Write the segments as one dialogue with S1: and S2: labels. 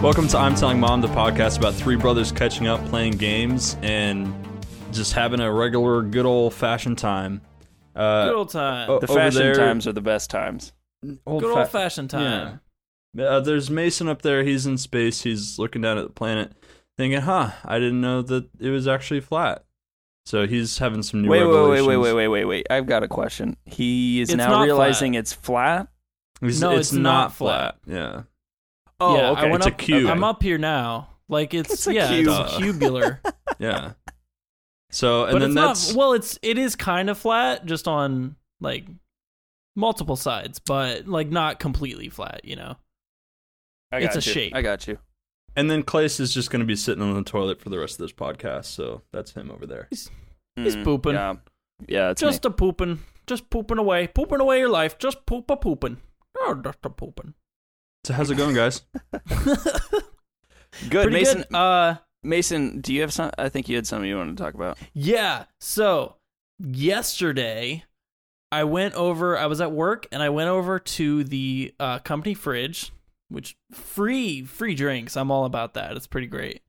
S1: Welcome to I'm Telling Mom, the podcast about three brothers catching up, playing games, and just having a regular, good old fashioned time. Uh,
S2: Good old time.
S1: oh,
S3: The
S1: over
S3: fashion
S1: there-
S3: times are the best times.
S2: Good
S1: fa-
S2: old fashioned time.
S1: Yeah. Uh, there's Mason up there. He's in space. He's looking down at the planet, thinking, "Huh, I didn't know that it was actually flat." So he's having some new
S3: Wait, wait, wait,
S1: revelations.
S3: wait, wait, wait, wait, wait. I've got a question. He is
S2: It's
S3: now
S2: not
S3: realizing it's flat.
S1: He's-
S2: No,
S1: it's,
S2: it's
S1: not,
S2: not
S1: flat. Yeah.
S3: Oh,
S2: yeah, I
S3: okay.
S2: went
S1: It's a
S2: up,
S1: cube.
S2: I'm up here now. Like it's,
S3: It's a
S2: yeah, it's
S1: cube.
S2: cubular.
S1: Yeah. So and
S2: but
S1: then
S2: it's
S1: that's
S2: not well, it's it is kind of flat, just on like multiple sides, but like not completely flat, you know.
S3: I
S2: It's
S3: got
S2: a
S3: you.
S2: shape.
S3: I got you.
S1: and then Clace is just going to be sitting on the toilet for the rest of this podcast. So that's him over there.
S2: He's
S3: Mm,
S2: pooping.
S3: Yeah, yeah. It's
S2: just a pooping. Just pooping away. Pooping away your life. Just poop a pooping. Oh, just a pooping.
S1: So how's it going, guys?
S3: me. good.
S2: Pretty
S3: Mason,
S2: good. Uh
S3: Mason, do you have some? I think you had something you wanted to talk about.
S2: Yeah. So yesterday, I went over. I was at work and I went over to the uh, company fridge, which free free drinks. I'm all about that. It's pretty great.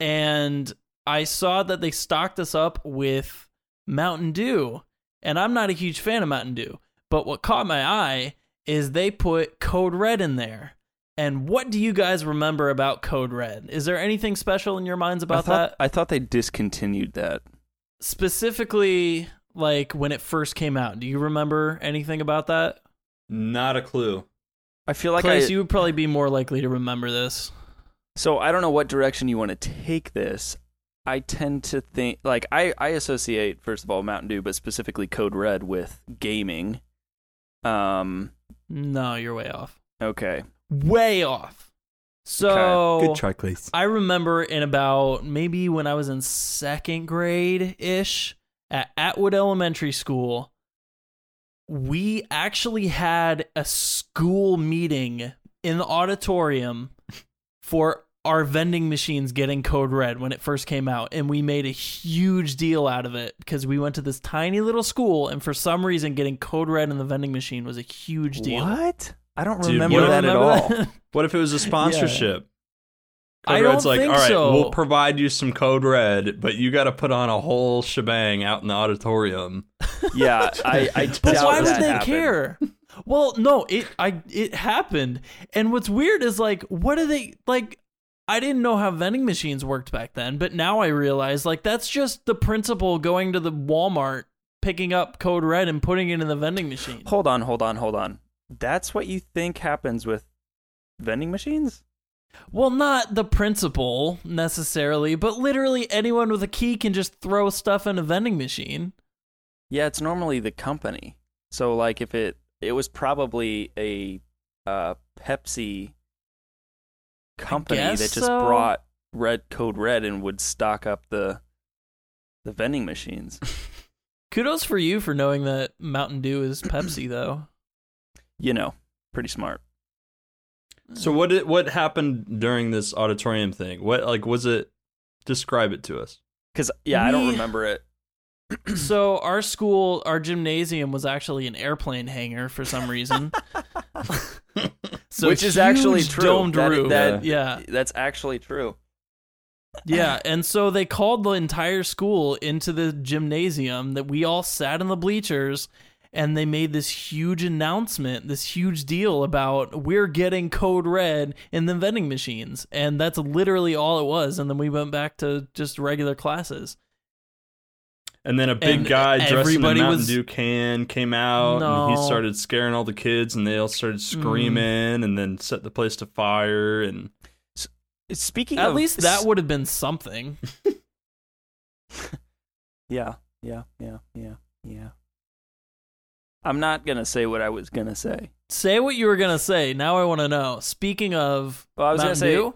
S2: And I saw that they stocked us up with Mountain Dew, and I'm not a huge fan of Mountain Dew. But what caught my eye is they put Code Red in there. And what do you guys remember about Code Red? Is there anything special in your minds about
S3: I thought
S2: that?
S3: I thought they discontinued that.
S2: specifically like when it first came out do you remember anything about that
S1: not a clue.
S3: I feel like
S2: Clace,
S3: I.
S2: you would probably be more likely to remember this
S3: so I don't know what direction you want to take this. I tend to think like I I associate first of all Mountain Dew, but specifically Code Red with gaming. Um.
S2: no you're way off
S3: Okay.
S2: way off so
S1: Good try, Clace.
S2: i remember in about maybe when i was in second grade ish at atwood elementary school we actually had a school meeting in the auditorium for our vending machines getting code red when it first came out and we made a huge deal out of it because we went to this tiny little school and for some reason getting code red in the vending machine was a huge deal
S3: What? I don't
S1: Dude,
S3: remember
S1: what-
S3: that at all.
S1: What if it was a sponsorship?
S2: I
S1: Code Red's
S2: don't
S1: like,
S2: think
S1: all right,
S2: so."
S1: we'll provide you some Code Red, but you got to put on a whole shebang out in the auditorium.
S3: Yeah, I. I
S2: But
S3: doubt
S2: why would
S3: that
S2: they
S3: happened.
S2: care? Well, no, it I it happened. And what's weird is like what do they like I didn't know how vending machines worked back then, but now I realize like that's just the principle going to the Walmart, picking up code red and putting it in the vending machine.
S3: Hold on, hold on, hold on. That's what you think happens with vending machines?
S2: Well, not the principle necessarily, but literally anyone with a key can just throw stuff in a vending machine.
S3: Yeah, it's normally the company. So like if it it was probably a uh, Pepsi company that
S2: guess
S3: just
S2: so.
S3: brought red code red and would stock up the the vending machines.
S2: Kudos for you for knowing that Mountain Dew is Pepsi though.
S3: You know, pretty smart.
S1: So what did, what happened during this auditorium thing? What like was it? Describe it to us.
S3: Cuz yeah, I don't
S2: We-
S3: remember it.
S2: so our school our gymnasium was actually an airplane hangar for some reason so
S3: Which is actually
S2: huge
S3: true.
S2: domed
S3: That-
S2: roof
S3: that-
S2: yeah
S3: That's actually true.
S2: yeah and so they called the entire school into the gymnasium that we all sat in the bleachers and they made this huge announcement this huge deal about we're getting code red in the vending machines and that's literally all it was and then we went back to just regular classes
S1: And then a big
S2: And
S1: guy dressed in a
S2: everybody
S1: Mountain
S2: was-
S1: Dew can came out, and he
S2: No. Mm.
S1: started scaring all the kids, and they all started screaming, and then set the place to fire. And
S3: Speaking
S2: at
S3: of
S2: least that would have been something
S3: Yeah, yeah, yeah, yeah, yeah. I'm not gonna say what I was gonna say.
S2: Say what you were gonna say. Now I want to know. Speaking of,
S3: Well, I was
S2: Mountain
S3: gonna say
S2: Dew,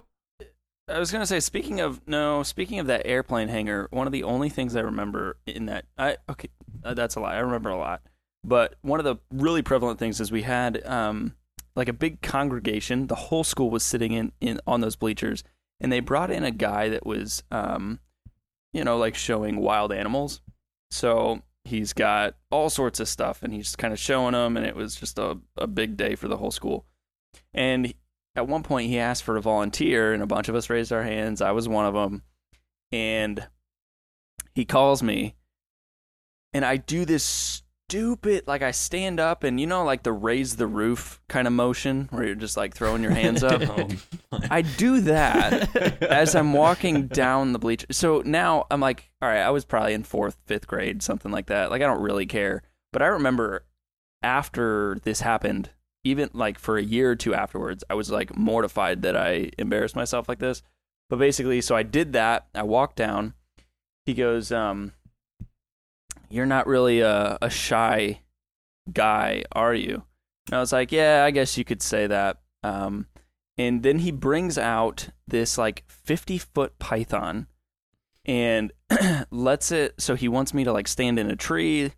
S3: I was gonna say. Speaking of no, speaking of that airplane hangar, one of the only things I remember in that I okay, uh, that's a lie. I remember a lot, but one of the really prevalent things is we had um like a big congregation. The whole school was sitting in in on those bleachers, and they brought in a guy that was um you know like showing wild animals. So he's got all sorts of stuff, and he's kind of showing them, and it was just a a big day for the whole school. And at one point he asked for a volunteer, and a bunch of us raised our hands. I was one of them, and he calls me, and I do this stupid like I stand up and you know like the raise the roof kind of motion where you're just like throwing your hands up.
S1: Oh,
S3: I do that as I'm walking down the bleacher. So now I'm like, all right, I was probably in fourth, fifth grade, something like that. Like I don't really care. But I remember after this happened, even like for a year or two afterwards, I was like mortified that I embarrassed myself like this. But basically, so I did that. I walked down. He goes, um, "You're not really a, a shy guy, are you?" And I was like, "Yeah, I guess you could say that." Um, and then he brings out this like 50 foot python and lets it so he wants me to like stand in a tree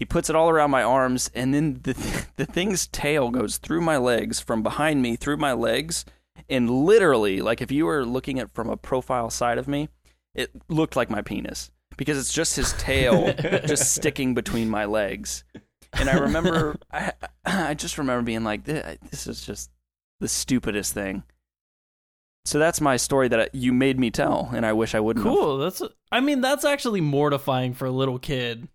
S3: he puts it all around my arms and then the, th- the thing's tail goes through my legs from behind me through my legs and literally like if you were looking at from a profile side of me it looked like my penis because it's just his tail just sticking between my legs and i remember i, I just remember being like "Th- this is just the stupidest thing. So that's my story that I, you made me tell, and I wish I wouldn't. have.
S2: Cool. That's. I mean, that's actually mortifying for a little kid.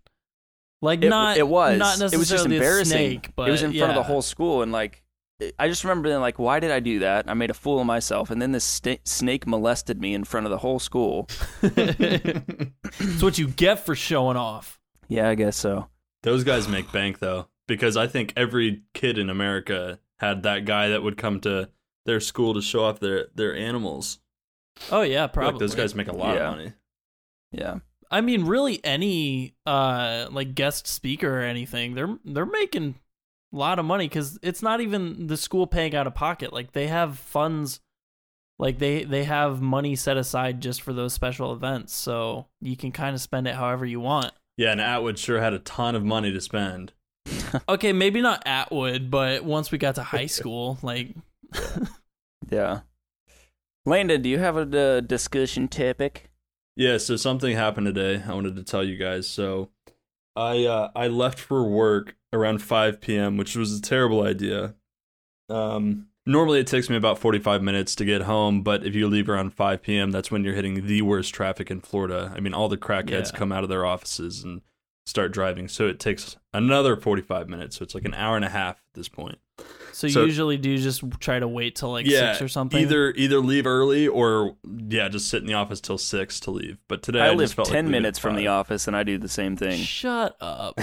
S2: Like
S3: It,
S2: not.
S3: it was.
S2: not necessarily
S3: it was just
S2: a
S3: embarrassing.
S2: snake, but
S3: it was in front of
S2: yeah.
S3: the whole school, and like, it- I just remember being like, "Why did I do that? I made a fool of myself." And then this sta- snake molested me in front of the whole school.
S2: it's what you get for showing off.
S3: Yeah, I guess so.
S1: Those guys make bank though, because I think every kid in America had that guy that would come to their school to show off their their animals.
S2: Oh yeah,
S1: I feel
S2: probably.
S1: Like those guys make a lot
S3: Yeah.
S1: of money.
S3: Yeah,
S2: I mean, really, any uh like guest speaker or anything, they're they're making a lot of money because it's not even the school paying out of pocket. Like they have funds, like they they have money set aside just for those special events, so you can kind of spend it however you want.
S1: Yeah, and Atwood sure had a ton of money to spend.
S2: Okay, maybe not Atwood, but once we got to high school, like
S3: yeah. Landon, do you have a uh, discussion topic?
S1: Yeah, so something happened today. I wanted to tell you guys. So, I uh, I left for work around 5 p.m., which was a terrible idea. Um, normally it takes me about 45 minutes to get home, but if you leave around 5 p.m., that's when you're hitting the worst traffic in Florida. I mean, all the crackheads
S2: Yeah.
S1: come out of their offices and start driving, so it takes another 45 minutes. So it's like an hour and a half at this point.
S2: so,
S1: So-
S2: usually do you just try to wait till like six or something?
S1: Either either leave early or yeah, just sit in the office till six to leave. But today I,
S3: I
S1: just
S3: live
S1: felt like
S3: ten
S1: leaving at
S3: minutes from the
S1: five.
S3: office, and I do the same thing.
S2: Shut up.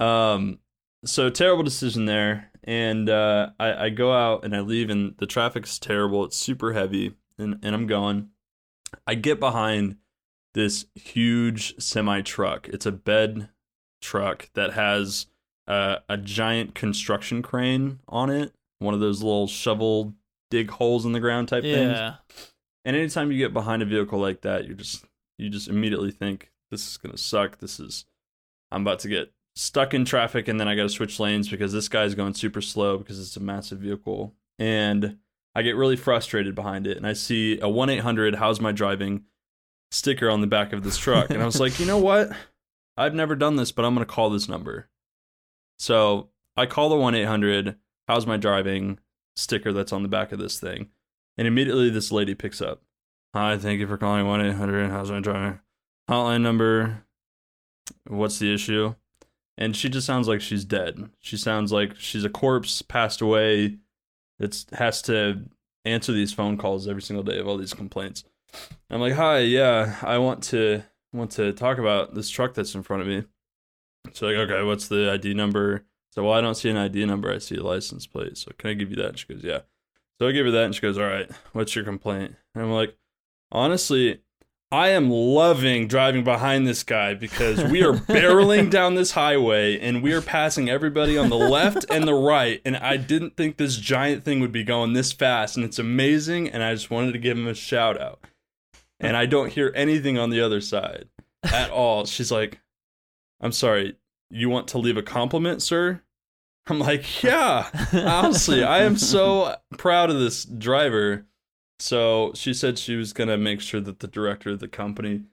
S1: um so terrible decision there and uh I, I go out and i leave and the traffic's terrible it's super heavy and, and i'm going i get behind this huge semi truck it's a bed truck that has uh, a giant construction crane on it one of those little shovel dig holes in the ground type things
S2: yeah.
S1: and anytime you get behind a vehicle like that, you just you just immediately think this is gonna suck. This is I'm about to get stuck in traffic, and then I gotta switch lanes because this guy's going super slow because it's a massive vehicle. And I get really frustrated behind it, and I see a one eight hundred How's my driving sticker on the back of this truck, and I was like, you know what? I've never done this, but I'm gonna call this number. So I call the one eight hundred How's my driving sticker that's on the back of this thing. And immediately this lady picks up. Hi, thank you for calling 1 800 How's My Driving? Hotline number. What's the issue? And she just sounds like she's dead. She sounds like she's a corpse, passed away. That has to answer these phone calls every single day of all these complaints. I'm like, hi, yeah, I want to want to talk about this truck that's in front of me. She's like, okay, what's the ID number? So, well, I don't see an ID number. I see a license plate. So, can I give you that? She goes, yeah. So I give her that and she goes, All right, what's your complaint? And I'm like, Honestly, I am loving driving behind this guy because we are barreling down this highway and we are passing everybody on the left and the right. And I didn't think this giant thing would be going this fast. And it's amazing. And I just wanted to give him a shout out. And I don't hear anything on the other side at all. She's like, I'm sorry, you want to leave a compliment, sir? I'm like, yeah. Honestly, I am so proud of this driver. So she said she was gonna make sure that the director of the company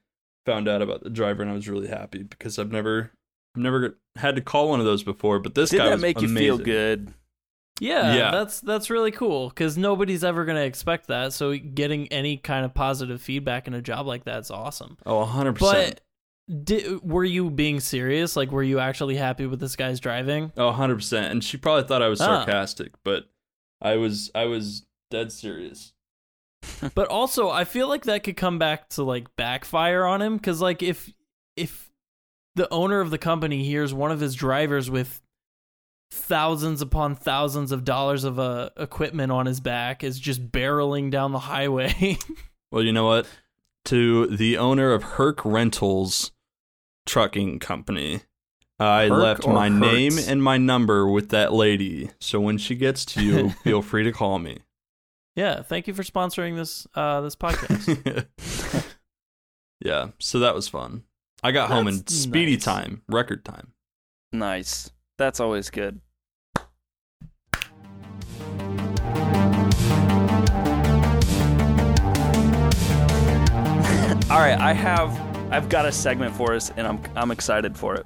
S1: found out about the driver, and I was really happy because I've never, I've never had to call one of those before. But this
S3: Did
S1: guy
S3: that
S1: was
S3: make you
S1: amazing.
S3: feel good?
S2: Yeah,
S1: Yeah.
S2: that's that's really cool because nobody's ever going to expect that. So getting any kind of positive feedback in a job like that's awesome.
S1: Oh, 100%.
S2: But di were you being serious? Like, were you actually happy with this guy's driving?
S1: Oh, 100%. And she probably thought I was
S2: Ah.
S1: sarcastic, but I was I was dead serious.
S2: But also, I feel like that could come back to like backfire on him because like if if the owner of the company hears one of his drivers with thousands upon thousands of dollars of uh, equipment on his back is just barreling down the highway.
S1: Well, you know what? To the owner of Herc Rentals Trucking Company, I
S3: Herc
S1: left
S3: or
S1: my
S3: Hertz?
S1: name and my number with that lady. So when she gets to you, feel free to call me.
S2: yeah, thank you for sponsoring this uh this podcast.
S1: yeah, so that was fun. I got home in
S2: That's
S1: speedy
S2: nice.
S1: time, record time.
S3: Nice. That's always good. All right, I have I've got a segment for us and I'm I'm excited for it.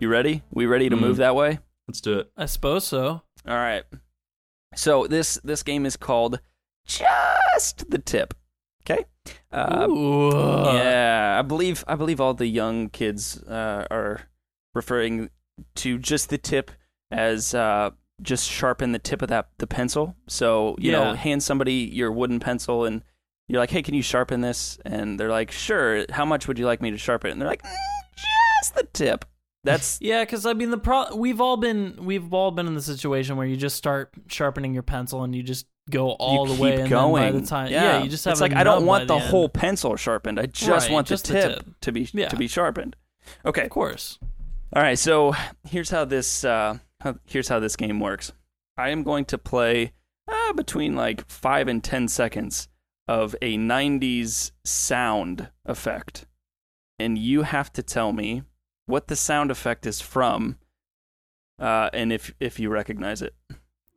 S3: You ready? We ready to
S1: Mm.
S3: move that way?
S1: Let's do it.
S2: I suppose so.
S3: All right. So this this game is called Just the Tip. Okay? Uh,
S2: Ooh.
S3: yeah, I believe I believe all the young kids uh, are referring to just the tip as uh, just sharpen the tip of that the pencil. So you know,
S2: Yeah.
S3: hand somebody your wooden pencil and you're like, hey, can you sharpen this? And they're like, sure. How much would you like me to sharpen it? And they're like, "Mm, just the tip. That's
S2: Yeah, because I mean the pro we've all been we've all been in the situation where you just start sharpening your pencil and you just go all
S3: you
S2: the way
S3: keep
S2: and
S3: going.
S2: Then by the time
S3: yeah.
S2: you just have
S3: it's
S2: a
S3: like I don't
S2: nub
S3: want
S2: by
S3: the,
S2: the, end.
S3: whole pencil sharpened. I just
S2: Right,
S3: want
S2: just the
S3: the, tip
S2: tip.
S3: to be
S2: Yeah.
S3: to be sharpened.
S2: Of
S3: Okay.
S2: course.
S3: All right, so here's how this uh, how, here's how this game works. I am going to play uh, between like five and ten seconds of a '90s sound effect, and you have to tell me what the sound effect is from, uh, and if if you recognize it.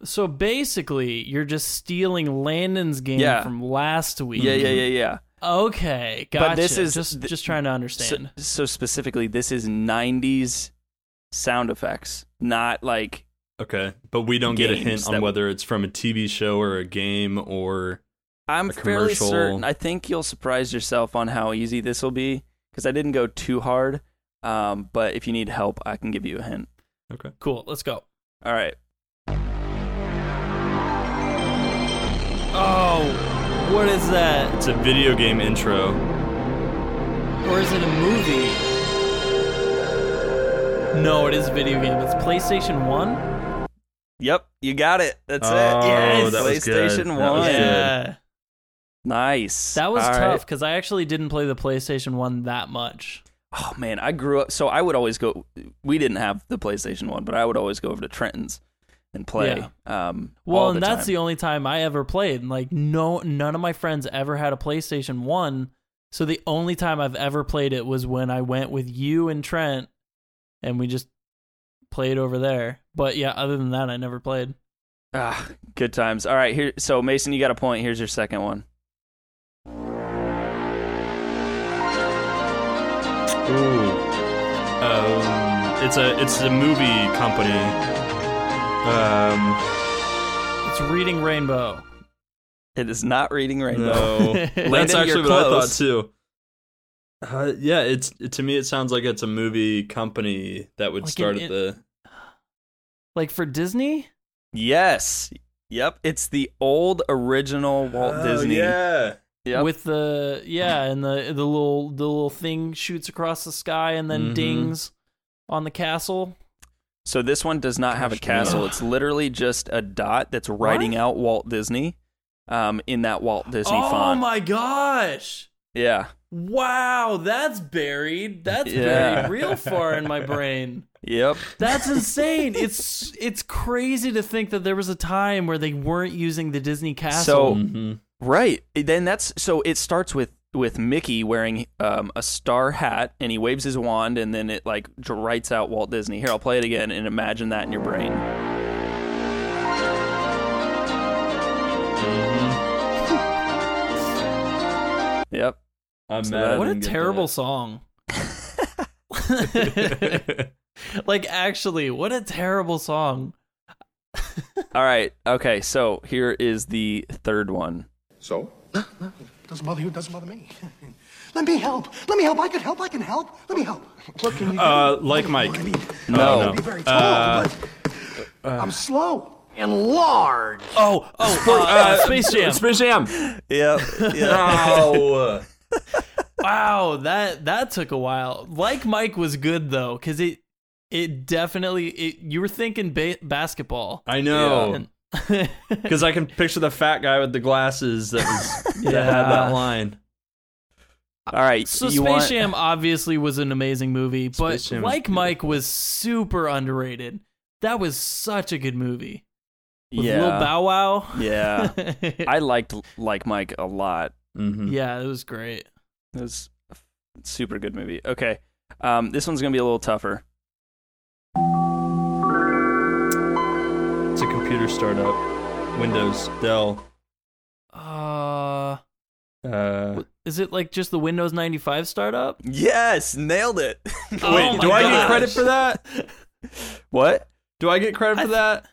S2: So basically, you're just stealing Landon's game
S3: Yeah.
S2: from last week.
S3: Yeah, yeah, yeah, yeah.
S2: Okay, gotcha.
S3: But this is
S2: just
S3: th-
S2: just trying to
S3: So,
S2: understand.
S3: so specifically, this is '90s sound effects, not like
S1: Okay, but we don't get a
S3: Games
S1: hint
S3: that-
S1: on whether it's from a TV show or a game or
S3: I'm
S1: a
S3: fairly
S1: commercial.
S3: certain. I think you'll surprise yourself on how easy this will be because I didn't go too hard. Um, but if you need help, I can give you a hint.
S1: okay.
S2: cool. Let's go.
S3: All right.
S2: Oh, what is that?
S1: It's a video game intro.
S2: Or is it a movie? No, it is a video game. It's PlayStation One.
S3: Yep, you got it. That's
S1: Oh,
S3: it. Yes,
S1: that was good.
S3: PlayStation
S1: That
S3: One.
S1: was good.
S3: Nice.
S2: That was
S3: All right.
S2: tough because I actually didn't play the PlayStation 1 that much.
S3: Oh man, I grew up. So I would always go. We didn't have the PlayStation One, but I would always go over to Trenton's and play. Um,
S2: Well,
S3: all
S2: and
S3: the
S2: that's
S3: time.
S2: the only time I ever played. And like no none of my friends ever had a PlayStation 1, so the only time I've ever played it was when I went with you and Trent and we just played over there. But yeah, other than that I never played.
S3: Ah, good times. All right, here. So Mason, you got a point. Here's your second one.
S1: Ooh. Um, it's a it's a movie company. Um,
S2: It's Reading Rainbow.
S3: It is not reading rainbow.
S1: no, that's
S3: Landon,
S1: actually
S3: you're
S1: what I thought
S3: close.
S1: too. Uh, yeah, it's to me it sounds like it's a movie company that would
S2: Like
S1: start
S2: an-
S1: at the
S2: Like for Disney?
S3: Yes. Yep. It's the old original Walt Disney.
S1: Oh, Yeah,
S3: Yep.
S2: With the yeah, and the the little the little thing shoots across the sky and then
S1: Mhm.
S2: dings on the castle.
S3: so this one does not have a
S1: Gosh,
S3: castle.
S1: no.
S3: It's literally just a dot that's writing out Walt Disney um, in that Walt Disney
S2: oh
S3: font.
S2: my gosh.
S3: yeah.
S2: Wow, that's buried. That's
S3: Yeah.
S2: buried real far in my brain.
S3: Yep.
S2: That's insane. it's it's crazy to think that there was a time where they weren't using the Disney
S3: So-
S2: castle.
S1: Mhm.
S3: Right. Then that's so it starts with with Mickey wearing um, a star hat and he waves his wand and then it like dr- writes out Walt Disney. Here, I'll play it again and imagine that in your brain.
S1: Mhm.
S3: Yep.
S1: I'm
S3: So
S1: mad. I
S3: that-
S2: what a
S1: didn't get
S2: terrible
S1: that.
S2: song. like actually, what a terrible song.
S3: All right. Okay. So here is the third one.
S4: So? Doesn't bother you, doesn't bother me. Let me help. Let me help. I could help. I can help. Let me help. What can you do?
S1: Uh, like Mike. Uh,
S4: I mean,
S3: No.
S1: Oh,
S4: I'd be very tall, but I'm slow and large.
S2: Oh, oh, uh, Space Jam.
S1: Space Jam.
S3: Yep.
S1: Oh.
S2: Wow, that that took a while. Like Mike was good though, because it it definitely it, you were thinking ba- basketball. Uh,
S1: I know.
S2: And-
S1: Because I can picture the fat guy with the glasses that, was, that had that line.
S3: All right.
S2: so
S3: you
S2: Space
S3: want-
S2: Jam obviously was an amazing movie, but
S1: Space Jam is
S2: like Mike was super underrated. That was such a good movie with
S3: yeah.
S2: Lil Bow Wow.
S3: yeah. I liked like Mike a lot.
S1: Mm-hmm.
S2: yeah, it was great.
S3: It was a f- super good movie. Okay. Um, this one's gonna be a little tougher.
S1: It's a computer startup. Windows, Dell.
S2: Uh,
S1: Uh,
S2: is it like just the Windows ninety five startup?
S3: Yes, nailed it.
S2: Oh
S1: wait,
S2: my
S1: do I get
S2: gosh.
S1: credit for that?
S3: What?
S1: Do I get credit for that?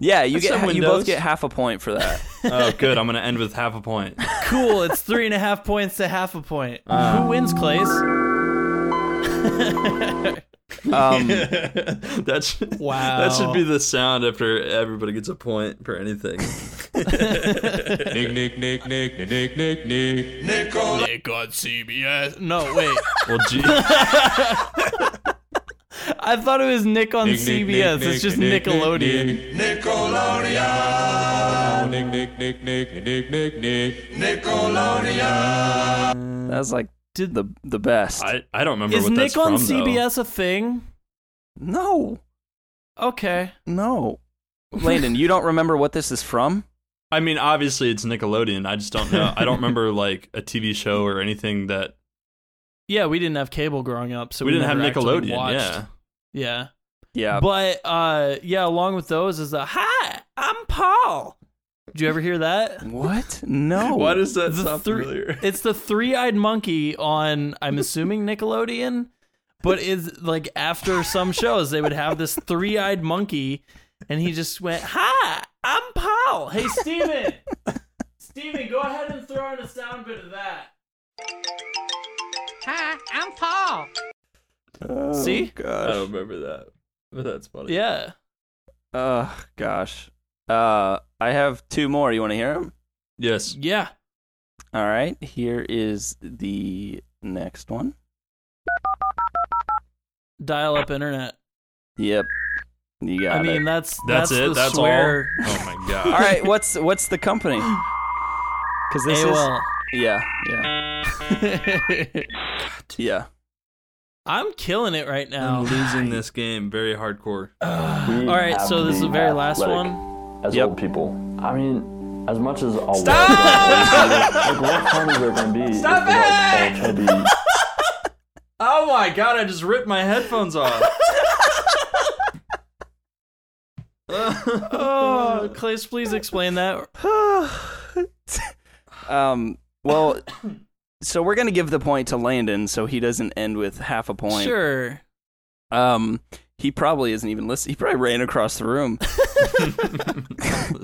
S3: Yeah, you
S1: That's
S3: get
S1: some
S3: ha- you
S1: Windows.
S3: both get half a point for that.
S1: Oh, good. I'm gonna end with half a point.
S2: Cool. It's three and a half points to half a point.
S1: Ah.
S2: Who wins, Clays?
S3: Um,
S1: that should,
S2: Wow.
S1: That should be the sound after everybody gets a point for anything.
S5: Nick, Nick, Nick, Nick, Nick, Nick, Nick.
S2: Nick on CBS. No, wait.
S1: Well, G-
S2: I thought it was Nick on
S5: Nick, Nick,
S2: CBS.
S5: Nick,
S2: it's just
S5: Nick, Nick,
S2: Nickelodeon.
S5: Nick, Nick. Nickelodeon. Nick, Nick, Nick, Nick, Nick, Nick, Nick.
S3: that's like
S2: Did-
S3: the the best.
S1: I, I don't remember
S2: Is
S1: what
S2: Nick
S1: that's
S2: on
S1: from, though.
S2: CBS a thing?
S3: no,
S2: Okay.
S3: no. Landon, you don't remember what this is from?
S1: I mean, obviously it's Nickelodeon. I just don't know. I don't remember like a TV show or anything that
S2: Yeah, we didn't have cable growing up, so
S1: we,
S2: we,
S1: didn't have
S2: never actually
S1: Nickelodeon.
S2: watched.
S1: Yeah,
S2: Yeah.
S3: Yeah,
S2: But uh yeah, along with those is the Hi, I'm Paul. Did you ever hear that?
S3: What? No.
S1: does that
S2: The three- It's the three-eyed monkey on I'm assuming Nickelodeon, but is like after some shows they would have this three-eyed monkey and he just went, "Hi, I'm Paul. Hey Steven. Steven, go ahead and throw in a sound bit of that."
S6: Hi, I'm Paul.
S2: See?
S1: I
S3: Oh, gosh.
S1: don't remember that, but that's funny.
S2: Yeah.
S3: Oh gosh. Uh, I have two more. You want to hear them?
S1: Yes.
S2: Yeah.
S3: All right. Here is the next one.
S2: Dial-up internet.
S3: Yep. You got
S2: I mean,
S3: it.
S2: that's
S1: That's, it.
S2: the
S1: That's
S2: swear.
S1: all. Oh my
S3: All
S1: god.
S3: right. What's what's the company? Because this
S2: AOL.
S3: is yeah yeah yeah.
S2: I'm killing it right now.
S1: I'm losing this game very hardcore.
S2: All right, so this is the very last one.
S7: as
S3: Yep.
S7: old people. I mean, as much as I'll Stop! like, what fun is there going to be Stop if we're, like, all chubby
S1: Oh my god! I just ripped my headphones off.
S2: Oh, Clays, please explain that.
S3: Um. Well, so we're gonna give the point to Landon, so he doesn't end with half a point.
S2: Sure.
S3: Um. He probably isn't even listening. He probably ran across the room.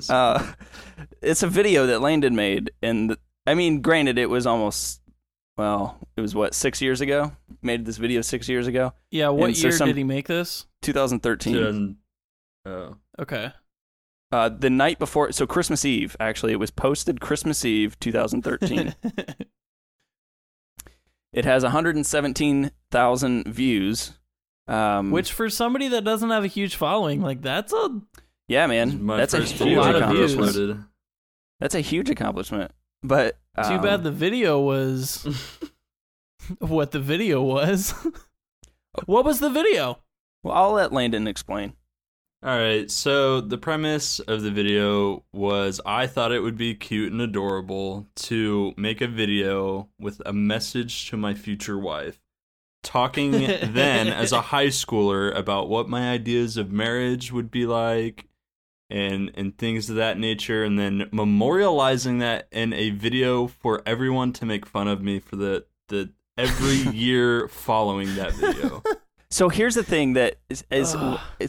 S3: uh, it's a video that Landon made, and th- I mean, granted, it was almost well, it was what six years ago. Made this video six years ago,
S2: Yeah, what
S3: And so
S2: year
S3: some-
S2: did he make this?
S3: 2013.
S1: Dude, oh.
S2: Okay.
S3: Uh, the night before, so Christmas Eve, actually, it was posted Christmas Eve 2013. it has 117,000 views. Um,
S2: Which, for somebody that doesn't have a huge following, like that's a
S3: yeah,
S1: It's
S3: man,
S1: my
S3: that's a
S1: first
S3: huge
S1: video
S2: lot
S1: that
S2: of
S1: got
S2: views.
S3: accomplishment.
S1: uploaded.
S3: That's a huge accomplishment. But
S2: too
S3: um,
S2: bad the video was what the video was. what was the video?
S3: Well, I'll let Landon explain.
S1: All right, so the premise of the video was I thought it would be cute and adorable to make a video with a message to my future wife, talking then as a high schooler about what my ideas of marriage would be like and and things of that nature and then memorializing that in a video for everyone to make fun of me for the the every year following that video.
S3: So here's the thing that is, is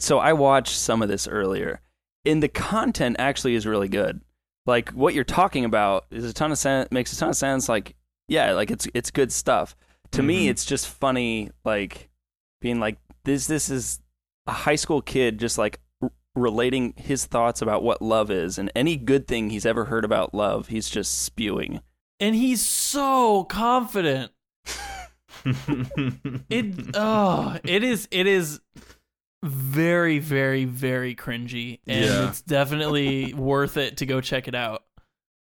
S3: so I watched some of this earlier, and the content actually is really good. Like what you're talking about is a ton of sense. Makes a ton of sense. Like yeah, like it's it's good stuff. To me, it's just funny. Like being like this. This is a high school kid just like r- relating his thoughts about what love is and any good thing he's ever heard about love. He's just spewing.
S2: and he's so confident. It oh, it is it is very very very cringy, and
S1: Yeah.
S2: it's definitely worth it to go check it out.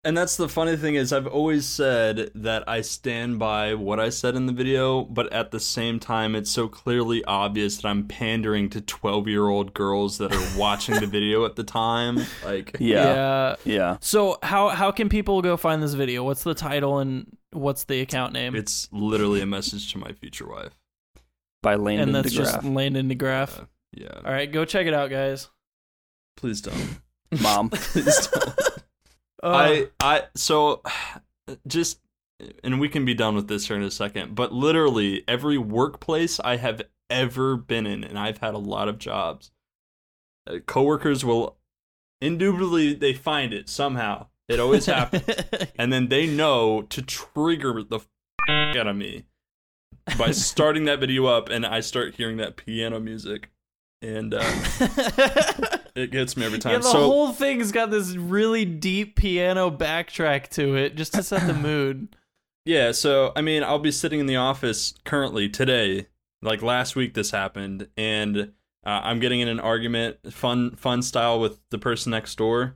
S1: And that's the funny thing is I've always said that I stand by what I said in the video, but at the same time it's so clearly obvious that I'm pandering to 12-year-old girls that are watching the video at the time. Like
S3: Yeah,
S2: yeah.
S3: yeah.
S2: So how how can people go find this video? What's the title and what's the account name?
S1: it's literally a message to my future wife.
S3: By Landon
S2: and that's just
S3: DeGraff.
S2: Landon DeGraff.
S1: Yeah.
S2: All right, go check it out, guys.
S1: Please don't.
S3: mom.
S1: Please don't.
S2: Uh,
S1: I I so just and we can be done with this here in a second, but literally every workplace I have ever been in, and I've had a lot of jobs, uh, coworkers will indubitably they find it somehow. It always happens, and then they know to trigger the f- out of me by starting that video up, and I start hearing that piano music, and uh, it gets me every time.
S2: yeah, the
S1: so
S2: whole thing's got this really deep piano backtrack to it just to set the mood.
S1: Yeah, so I mean, I'll be sitting in the office currently today. Like last week, this happened, and uh, I'm getting in an argument, fun, fun style, with the person next door,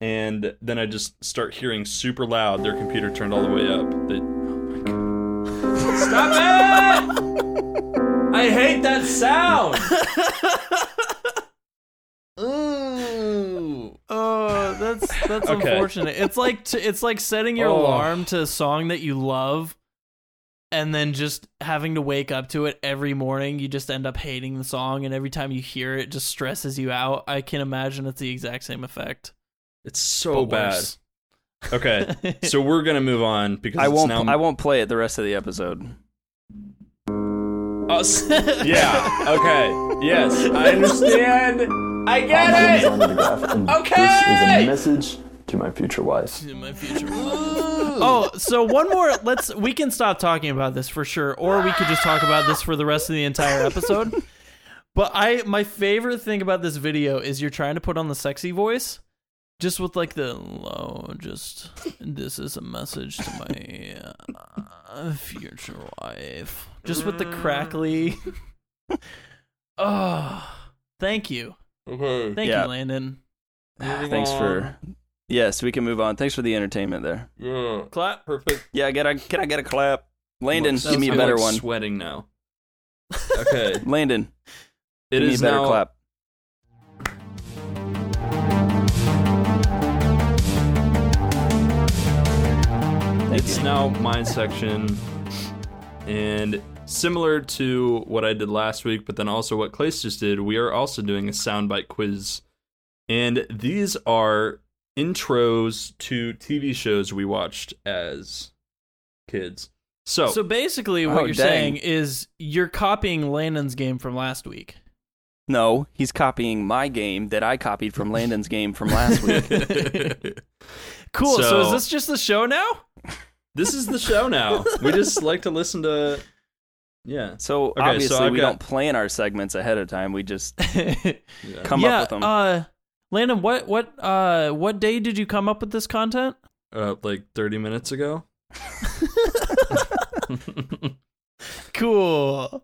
S1: and then I just start hearing super loud their computer turned all the way up. They, oh my god! Stop it! I hate that sound. Ooh.
S2: Oh, that's that's
S1: Okay.
S2: unfortunate. It's like t- it's like setting your
S1: Oh.
S2: alarm to a song that you love and then just having to wake up to it every morning. You just end up hating the song and every time you hear it, it just stresses you out. I can imagine it's the exact same effect.
S1: It's so
S2: but
S1: bad.
S2: worse.
S1: Okay, so we're gonna move on because
S3: I
S1: it's
S3: won't.
S1: Now
S3: I won't play it the rest of the episode.
S1: Us. yeah. Okay. Yes. I understand. I
S7: I'm
S1: get it.
S7: Landon DeGraff, and
S1: Okay.
S7: This is a message to my future wife.
S2: in my future. oh, so one more. Let's. We can stop talking about this for sure, or we could just talk about this for the rest of the entire episode. But I, my favorite thing about this video is you're trying to put on the sexy voice, just with like the low. Just this is a message to my uh, future wife. Just with the crackly. oh, thank you,
S1: Okay.
S2: thank
S3: Yeah.
S2: you, Landon.
S3: Thanks for. Yes, we can move on. Thanks for the entertainment there.
S1: Yeah.
S2: Clap.
S1: Perfect.
S3: Yeah, get a, can I get a clap? Landon,
S1: Looks-
S3: give me a
S1: I'm,
S3: better
S1: like,
S3: one.
S1: Sweating now. Okay.
S3: Landon,
S1: It
S3: give me a
S1: is
S3: better
S1: now.
S3: clap. Thank
S1: It's
S3: you.
S1: now my section, and similar to what I did last week, but then also what Clace just did, we are also doing a soundbite quiz, and these are intros to TV shows we watched as kids. So,
S2: So basically, what
S3: Oh,
S2: you're
S3: dang.
S2: saying is you're copying Landon's game from last week.
S3: No, he's copying my game that I copied from Landon's game from last week.
S2: Cool. So,
S1: So-
S2: is this just the show now?
S1: this is the show now. we just like to listen to. Yeah.
S3: So
S1: Okay, so
S3: obviously
S1: I've
S3: we
S1: got-
S3: don't plan our segments ahead of time. We just
S1: yeah.
S3: come
S2: yeah.
S3: up with them.
S2: Uh, Landon, what what uh what day did you come up with this content?
S1: Uh, like 30 minutes ago.
S2: Cool.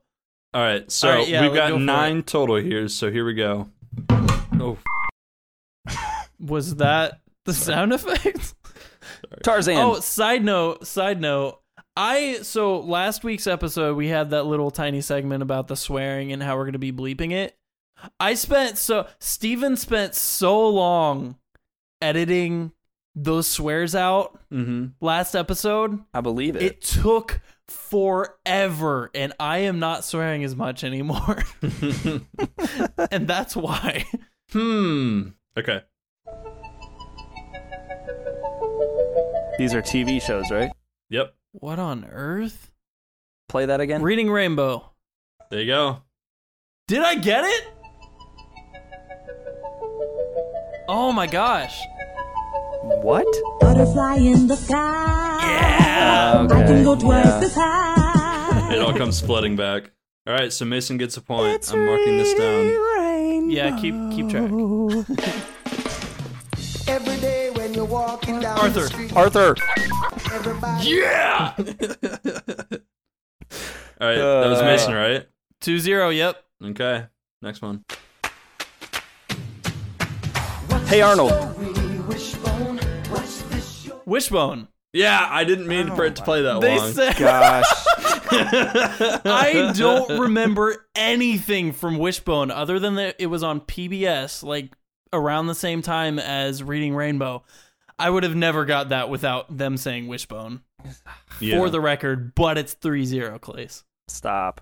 S1: All right, so
S2: All right, yeah,
S1: we've
S2: let's go
S1: got
S2: for
S1: nine total here. So here we go. Oh,
S2: Was that the sound effect?
S3: Tarzan.
S2: Oh, side note, side note. I so last week's episode we had that little tiny segment about the swearing and how we're going to be bleeping it. I spent so Steven spent so long editing those swears out
S1: mm-hmm.
S2: last episode.
S3: I believe it.
S2: It took forever and I am not swearing as much anymore. and that's why.
S1: hmm. Okay.
S3: These are TV shows, right?
S1: Yep.
S2: What on earth?
S3: Play that again.
S2: Reading Rainbow.
S1: There you go.
S2: Did I get it? Oh my gosh.
S3: What?
S6: Butterfly in the sky. I
S3: Okay.
S6: can go twice
S3: yeah.
S6: as high.
S1: It all comes flooding back. All right, so Mason gets a point. I'm marking this down.
S2: Yeah, keep keep track.
S8: Every day when you're walking down
S2: Arthur.
S8: the street,
S3: Arthur.
S8: everybody
S1: Yeah. All right,
S2: Uh,
S1: that was Mason, right?
S2: 2 0, yep.
S1: Okay. Next one.
S3: Hey Arnold.
S2: Wishbone.
S1: Yeah, I didn't mean for it to play that
S2: They
S1: long.
S2: said
S3: Gosh.
S2: I don't remember anything from Wishbone other than that it was on PBS like around the same time as Reading Rainbow. I would have never got that without them saying Wishbone
S1: Yeah.
S2: for the record, but it's 3 0, Clace.
S3: Stop.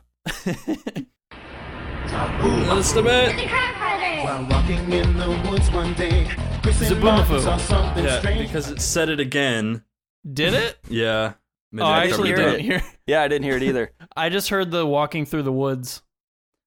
S8: while walking in the woods one day. Chris and Martin
S2: Zaboomafoo.
S8: saw something
S1: yeah,
S8: strange.
S1: because it said it again.
S2: Did it?
S1: Yeah. Maybe
S2: oh, I
S1: covered
S2: actually
S1: it
S3: heard
S1: up.
S2: didn't hear.
S3: Yeah, I didn't hear it either.
S2: I just heard the walking through the woods.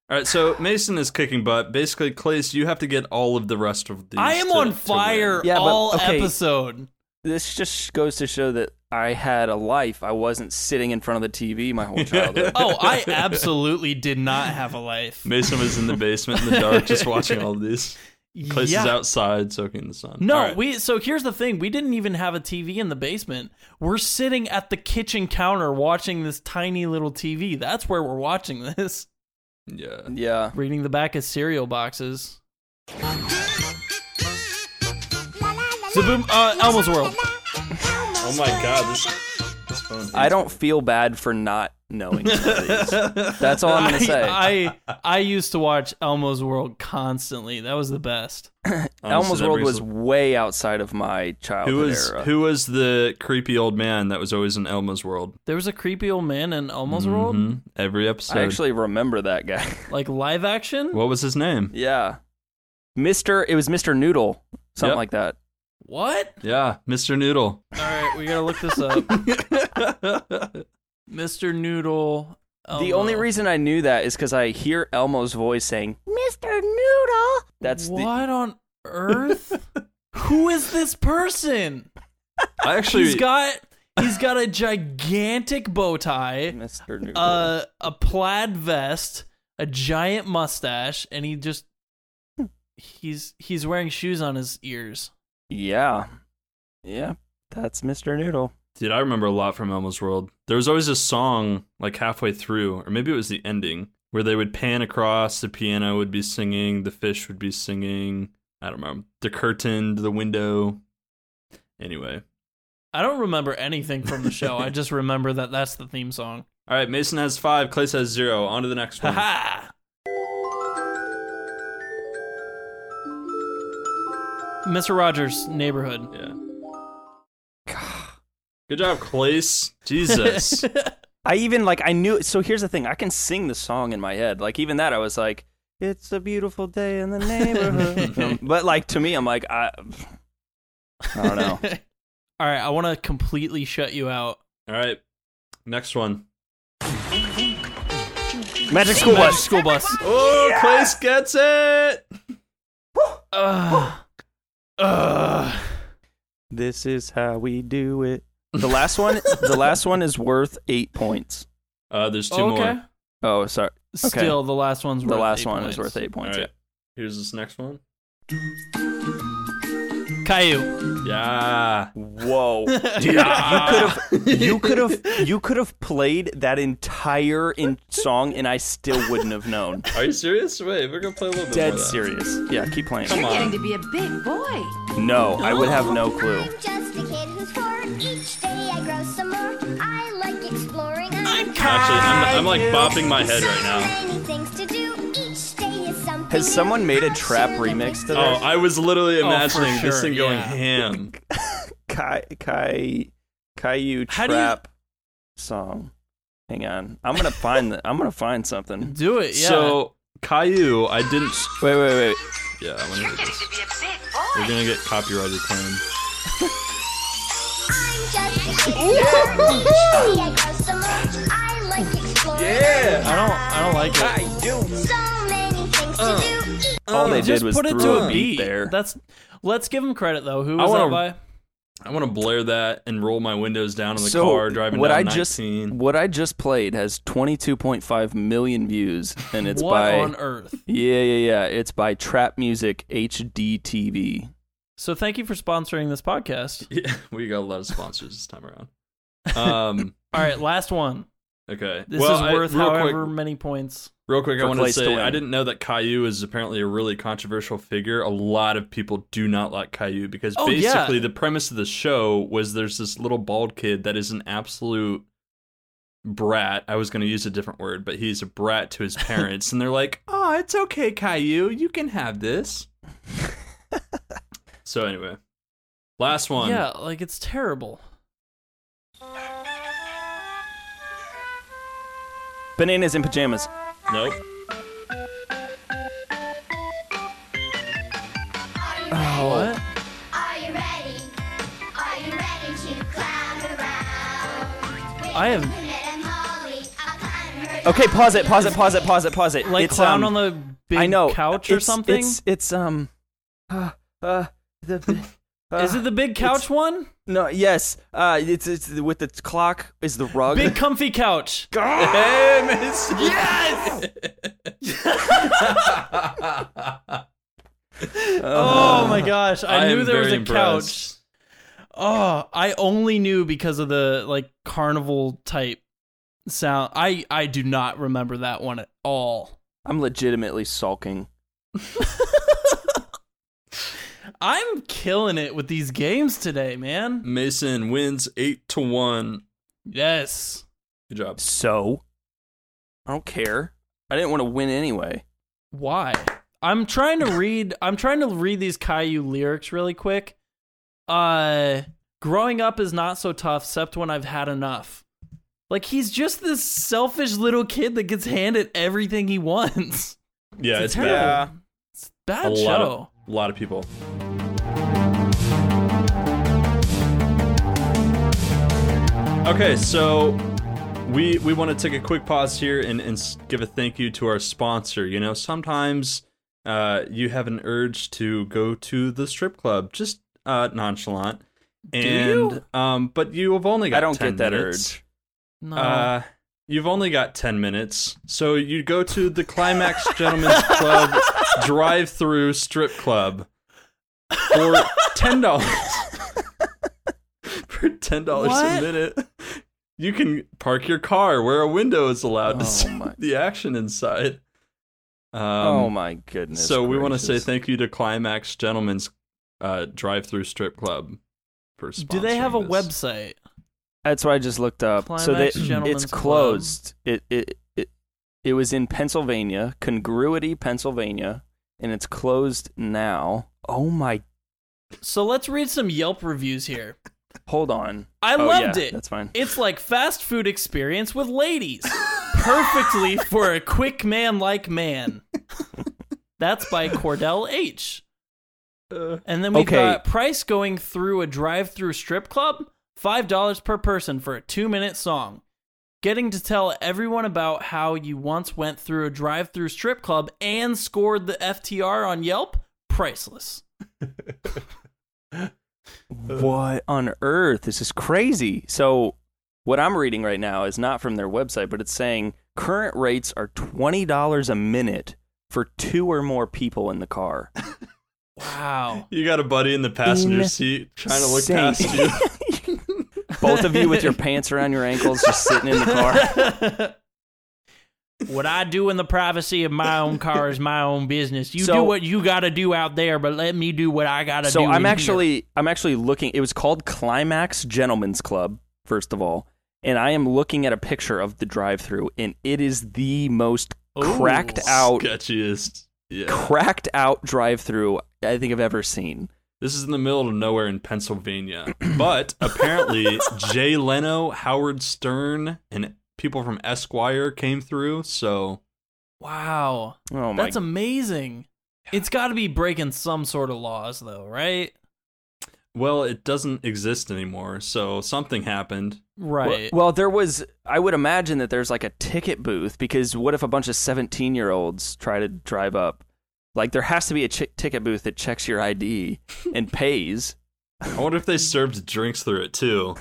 S1: All right, so Mason is kicking butt. Basically, Clace, you have to get all of the rest of these.
S2: I am
S1: to- to
S2: on
S1: win.
S2: fire
S3: Yeah, but-
S2: all
S3: okay.
S2: episode.
S3: this just goes to show that I had a life. I wasn't sitting in front of the TV my whole childhood.
S2: Oh, I absolutely did not have a life.
S1: Mason was in the basement in the dark, just watching all of these. Clace
S2: Yeah.
S1: is outside soaking in the sun.
S2: No,
S1: All right.
S2: we so here's the thing. We didn't even have a TV in the basement. We're sitting at the kitchen counter watching this tiny little TV. That's where we're watching this.
S1: Yeah.
S3: yeah.
S2: Reading the back of cereal boxes. Zaboom uh Elmo's World.
S1: Oh my god, this, this phone.
S3: I don't feel bad for not knowing some of these. That's all I'm going to say.
S2: I, I I used to watch Elmo's World constantly. That was the best.
S1: Honestly,
S3: Elmo's
S1: that
S3: World
S1: brings
S3: was
S1: up-
S3: way outside of my childhood
S1: Who was
S3: era.
S1: who was the creepy old man that was always in Elmo's world?
S2: There was a creepy old man in Elmo's World,
S1: Mhm. Every episode.
S3: I actually remember that guy.
S2: like live action.
S1: what was his name?
S3: yeah. Mr. It was Mr. Noodle, something
S1: Yep.
S3: like that.
S2: What?
S1: Yeah, Mr. Noodle.
S2: All right, we gotta look this up. Mr. Noodle.
S3: The
S2: Elmo.
S3: only reason I knew that is because I hear Elmo's voice saying, Mr. Noodle. That's
S2: what on earth? Who is this person?
S1: I actually
S2: He's got he's got a gigantic bow tie,
S3: the Mr. Noodle.
S2: uh, a plaid vest, a giant mustache, and he just he's he's wearing shoes on his ears.
S3: yeah. Yeah. That's Mr. Noodle.
S1: Dude, I remember a lot from Elmo's World. There was always a song like halfway through, or maybe it was the ending, where they would pan across, the piano would be singing, the fish would be singing. I don't remember. The curtain to the window. Anyway.
S2: I don't remember anything from the show. I just remember that that's the theme song.
S1: All right, Mason has five, Clay has zero. On to the next one.
S2: Ha Mr. Rogers' neighborhood.
S1: Yeah. Good job, Clace. Jesus.
S3: I even like I knew so here's the thing, I can sing the song in my head. Like even that I was like, It's a beautiful day in the neighborhood. Um, but like to me I'm like I I don't know.
S2: All right, I want to completely shut you out.
S1: All right, next one.
S3: Magic school
S2: Magic
S3: bus.
S2: School bus.
S1: Oh, Clace gets it.
S2: Ugh. Ugh.
S3: This is how we do it. The last one the last one is worth eight points.
S1: Uh, there's two
S2: okay.
S1: more.
S3: Oh, sorry.
S2: Still, the last one's
S3: The
S2: worth
S3: last
S2: eight
S3: one
S2: points.
S3: is worth eight
S1: All
S3: points.
S1: right, here's this next one.
S2: Caillou.
S1: Yeah.
S3: Whoa. Dude, you could have you could have you could have played that entire in song and I still wouldn't have known.
S1: Are you serious? Wait, we're gonna play a little bit. more
S3: Dead
S1: of that.
S3: serious. Yeah, keep playing.
S1: Come
S9: Getting to
S1: on.
S9: be a big boy.
S3: No, I would have no clue.
S10: I'm just a kid who's four. Each day I grow some more. I like exploring. I'm
S1: Actually, I'm, I'm like bopping my head right now.
S10: Many things to do. Each day is something.
S3: Has
S10: new.
S3: someone made a
S10: How
S3: trap
S10: soon can
S3: remix
S10: we
S3: to
S1: Oh,
S3: this?
S1: I was literally imagining this
S2: sure,
S1: thing going
S2: yeah.
S1: ham.
S3: Kai Kai Caillou
S2: How do you-
S3: trap song. Hang on, I'm gonna find the, I'm gonna find something.
S2: Do it, yeah.
S1: So Caillou, I didn't.
S3: Wait, wait, wait.
S1: Yeah, I want to hear this. We're gonna get copyrighted claim.
S10: I'm just a kid who's four. Each day I grow some more. I like exploring.
S2: I don't. I don't like it.
S10: So many things to do. Each
S3: all they
S2: Um, Just
S3: did was
S2: put it
S3: threw
S2: to a
S3: a beat there.
S2: That's. Let's give him credit though. Who
S1: I
S2: was that
S1: wanna-
S2: by?
S1: I want to blare that and roll my windows down in the
S3: so
S1: car driving
S3: what
S1: down
S3: I
S1: 19.
S3: just what I just played has 22.5 million views, and it's
S2: what
S3: by
S2: on earth?
S3: yeah yeah yeah. It's by Trap Music HDTV.
S2: So thank you for sponsoring this podcast.
S1: yeah, we got a lot of sponsors this time around. Um,
S2: All right, last one.
S1: okay.
S2: This
S1: well, I-
S2: is worth
S1: real
S2: however
S1: Quick,
S2: many points.
S1: real quick, I
S3: for
S1: wanted to
S3: Clay to
S1: say
S3: win.
S1: I didn't know that Caillou is apparently a really controversial figure. A lot of people do not like Caillou because
S2: Oh, yeah.
S1: basically the premise of the show was there's this little bald kid that is an absolute brat. I was going to use a different word, but he's a brat to his parents, and they're like, "Oh, it's okay, Caillou, you can have this." so anyway, last one.
S2: Yeah, like it's terrible.
S3: Bananas in pajamas.
S1: Nope.
S3: Uh,
S2: What?
S10: Are you ready? Are you ready to clown around? With
S2: I have
S10: Lynette and Molly, I'll climb her
S3: Okay, pause it, pause it, pause it, pause it, pause it.
S2: like
S3: it's,
S2: clown
S3: um,
S2: on the big
S3: I know
S2: couch or
S3: it's-
S2: something.
S3: It's it's um uh, uh the uh,
S2: is it the big couch one?
S3: no yes uh it's it's with the clock is the rug.
S2: Big comfy couch. Oh my gosh, I, knew
S1: am
S2: there was
S1: very
S2: a couch.
S1: impressed.
S2: Oh, I only knew because of the like carnival type sound. I I do not remember that one at all.
S3: I'm legitimately sulking.
S2: I'm killing it with these games today,
S1: Mm.
S2: man.
S1: Mason wins eight to one.
S2: Yes.
S1: Good job.
S3: So I don't care. I didn't want to win anyway.
S2: Why? I'm trying to read I'm trying to read these Caillou lyrics really quick. Uh growing up is not so tough except when I've had enough. Like he's just this selfish little kid that gets handed everything he wants.
S1: Yeah, it's
S2: terrible.
S1: bad.
S2: It's a
S1: A
S2: bad
S1: lot,
S2: show.
S1: of, a lot of people. Okay, so we we want to take a quick pause here and, and s- give a thank you to our sponsor. You know, sometimes uh, you have an urge to go to the strip club, just uh, nonchalant. And
S2: you?
S1: um, but you have only got
S3: I don't
S1: 10
S3: get that
S1: minutes.
S3: urge.
S2: no.
S1: Uh, you've only got 10 minutes. So you go to the Climax Gentlemen's Club drive through strip club for $10. for $10
S2: What?
S1: a minute. You can park your car where a window is allowed to
S3: Oh
S1: see
S3: my-
S1: the action inside. Um,
S3: oh my goodness.
S1: so we want to
S3: gracious.
S1: say thank you to Climax Gentlemen's uh, drive through strip club for sponsoring
S2: Do they have a
S1: this.
S2: website?
S3: That's what I just looked up. so they,
S2: Climax Gentlemen's
S3: it's
S2: Club.
S3: closed. It, it it it was in Pennsylvania, Congruity, Pennsylvania, and it's closed now. Oh my!
S2: So let's read some Yelp reviews here.
S3: Hold on.
S2: I
S3: Oh,
S2: loved
S3: yeah,
S2: it.
S3: That's fine.
S2: It's like fast food experience with ladies. Perfectly for a quick man like man. That's by Cordell H. And then we've
S3: Okay.
S2: got price going through a drive through strip club, $5 per person for a two minute song. Getting to tell everyone about how you once went through a drive through strip club and scored the FTR on Yelp, priceless.
S3: what on earth? This is crazy. So what I'm reading right now is not from their website, but it's saying current rates are twenty dollars a minute for two or more people in the car.
S2: Wow.
S1: You got a buddy in the passenger seat trying to look past
S3: Insane.
S1: you.
S3: Both of you with your pants around your ankles, just sitting in the car.
S2: what I do in the privacy of my own car is my own business. You
S3: So-
S2: do what you got to do out there, but let me do what I got to
S3: so
S2: do. in
S3: I'm
S2: here.
S3: actually I'm actually looking. It was called Climax Gentlemen's Club, first of all, and I am looking at a picture of the drive-through, and it is the most
S2: Ooh.
S3: cracked out,
S1: Sketchiest. Yeah.
S3: cracked out drive-through I think I've ever seen.
S1: This is in the middle of nowhere in Pennsylvania. But apparently, Jay Leno, Howard Stern, and people from Esquire came through. So,
S2: Wow.
S3: Oh my!
S2: That's amazing. It's got to be breaking some sort of laws, though, right?
S1: well, it doesn't exist anymore. So something happened.
S2: Right.
S3: Well, there was. I would imagine that there's like a ticket booth because what if a bunch of 17 year olds try to drive up? Like there has to be a chi- ticket booth that checks your ID and pays.
S1: I wonder if they served drinks through it too.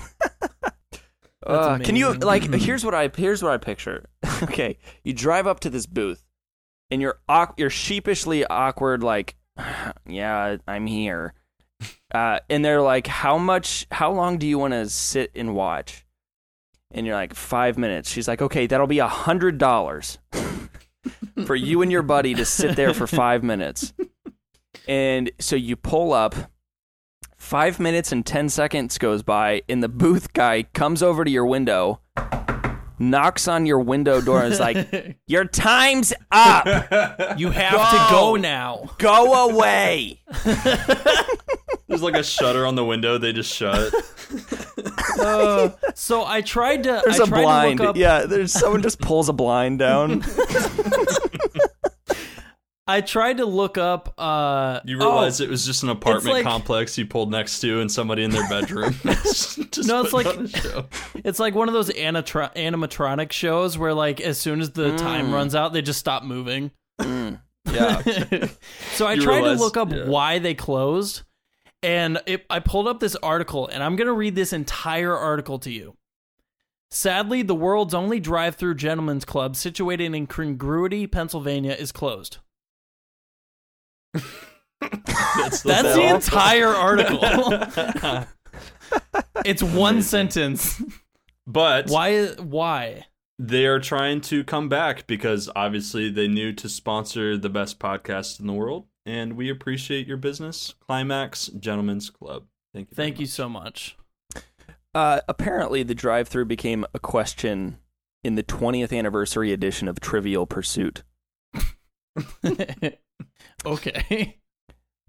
S3: Uh, can you
S2: amazing.
S3: like? Here's what I here's what I picture. okay, you drive up to this booth, and you're awk- you're sheepishly awkward. Like, yeah, I'm here. Uh, and they're like, how much? How long do you want to sit and watch? And you're like, five minutes. She's like, okay, that'll be a hundred dollars for you and your buddy to sit there for five minutes. And so you pull up. Five minutes and 10 seconds goes by, and the booth guy comes over to your window, knocks on your window door, and is like, Your time's up.
S2: You have to
S3: Go.
S2: go now.
S3: Go away.
S1: There's like a shutter on the window. They just shut.
S2: Uh, so I tried to.
S3: There's
S2: I
S3: a
S2: tried
S3: blind.
S2: To look up,
S3: Yeah, there's someone just pulls a blind down.
S2: I tried to look up. Uh,
S1: You
S2: oh,
S1: realize it was just an apartment
S2: like-
S1: complex you pulled next to, and somebody in their bedroom. just
S2: No, it's
S1: put
S2: like-
S1: on a show.
S2: It's like one of those anatro- animatronic shows where, like, as soon as the
S3: Mm.
S2: time runs out, they just stop moving.
S3: yeah.
S2: so I
S1: You
S2: tried
S1: realize-
S2: to look up
S1: yeah.
S2: why they closed, and it, I pulled up this article, and I'm going to read this entire article to you. Sadly, the world's only drive-through gentlemen's club, situated in Congruity, Pennsylvania, is closed.
S1: That's the
S2: That's
S1: best.
S2: the entire article. it's one sentence.
S1: but
S2: Why? Why?
S1: they are trying to come back because obviously they knew to sponsor the best podcast in the world, and we appreciate your business, Climax Gentlemen's Club. Thank you. very
S2: Thank you so much.
S3: Uh, apparently, the drive through became a question in the 20th anniversary edition of Trivial Pursuit.
S2: okay.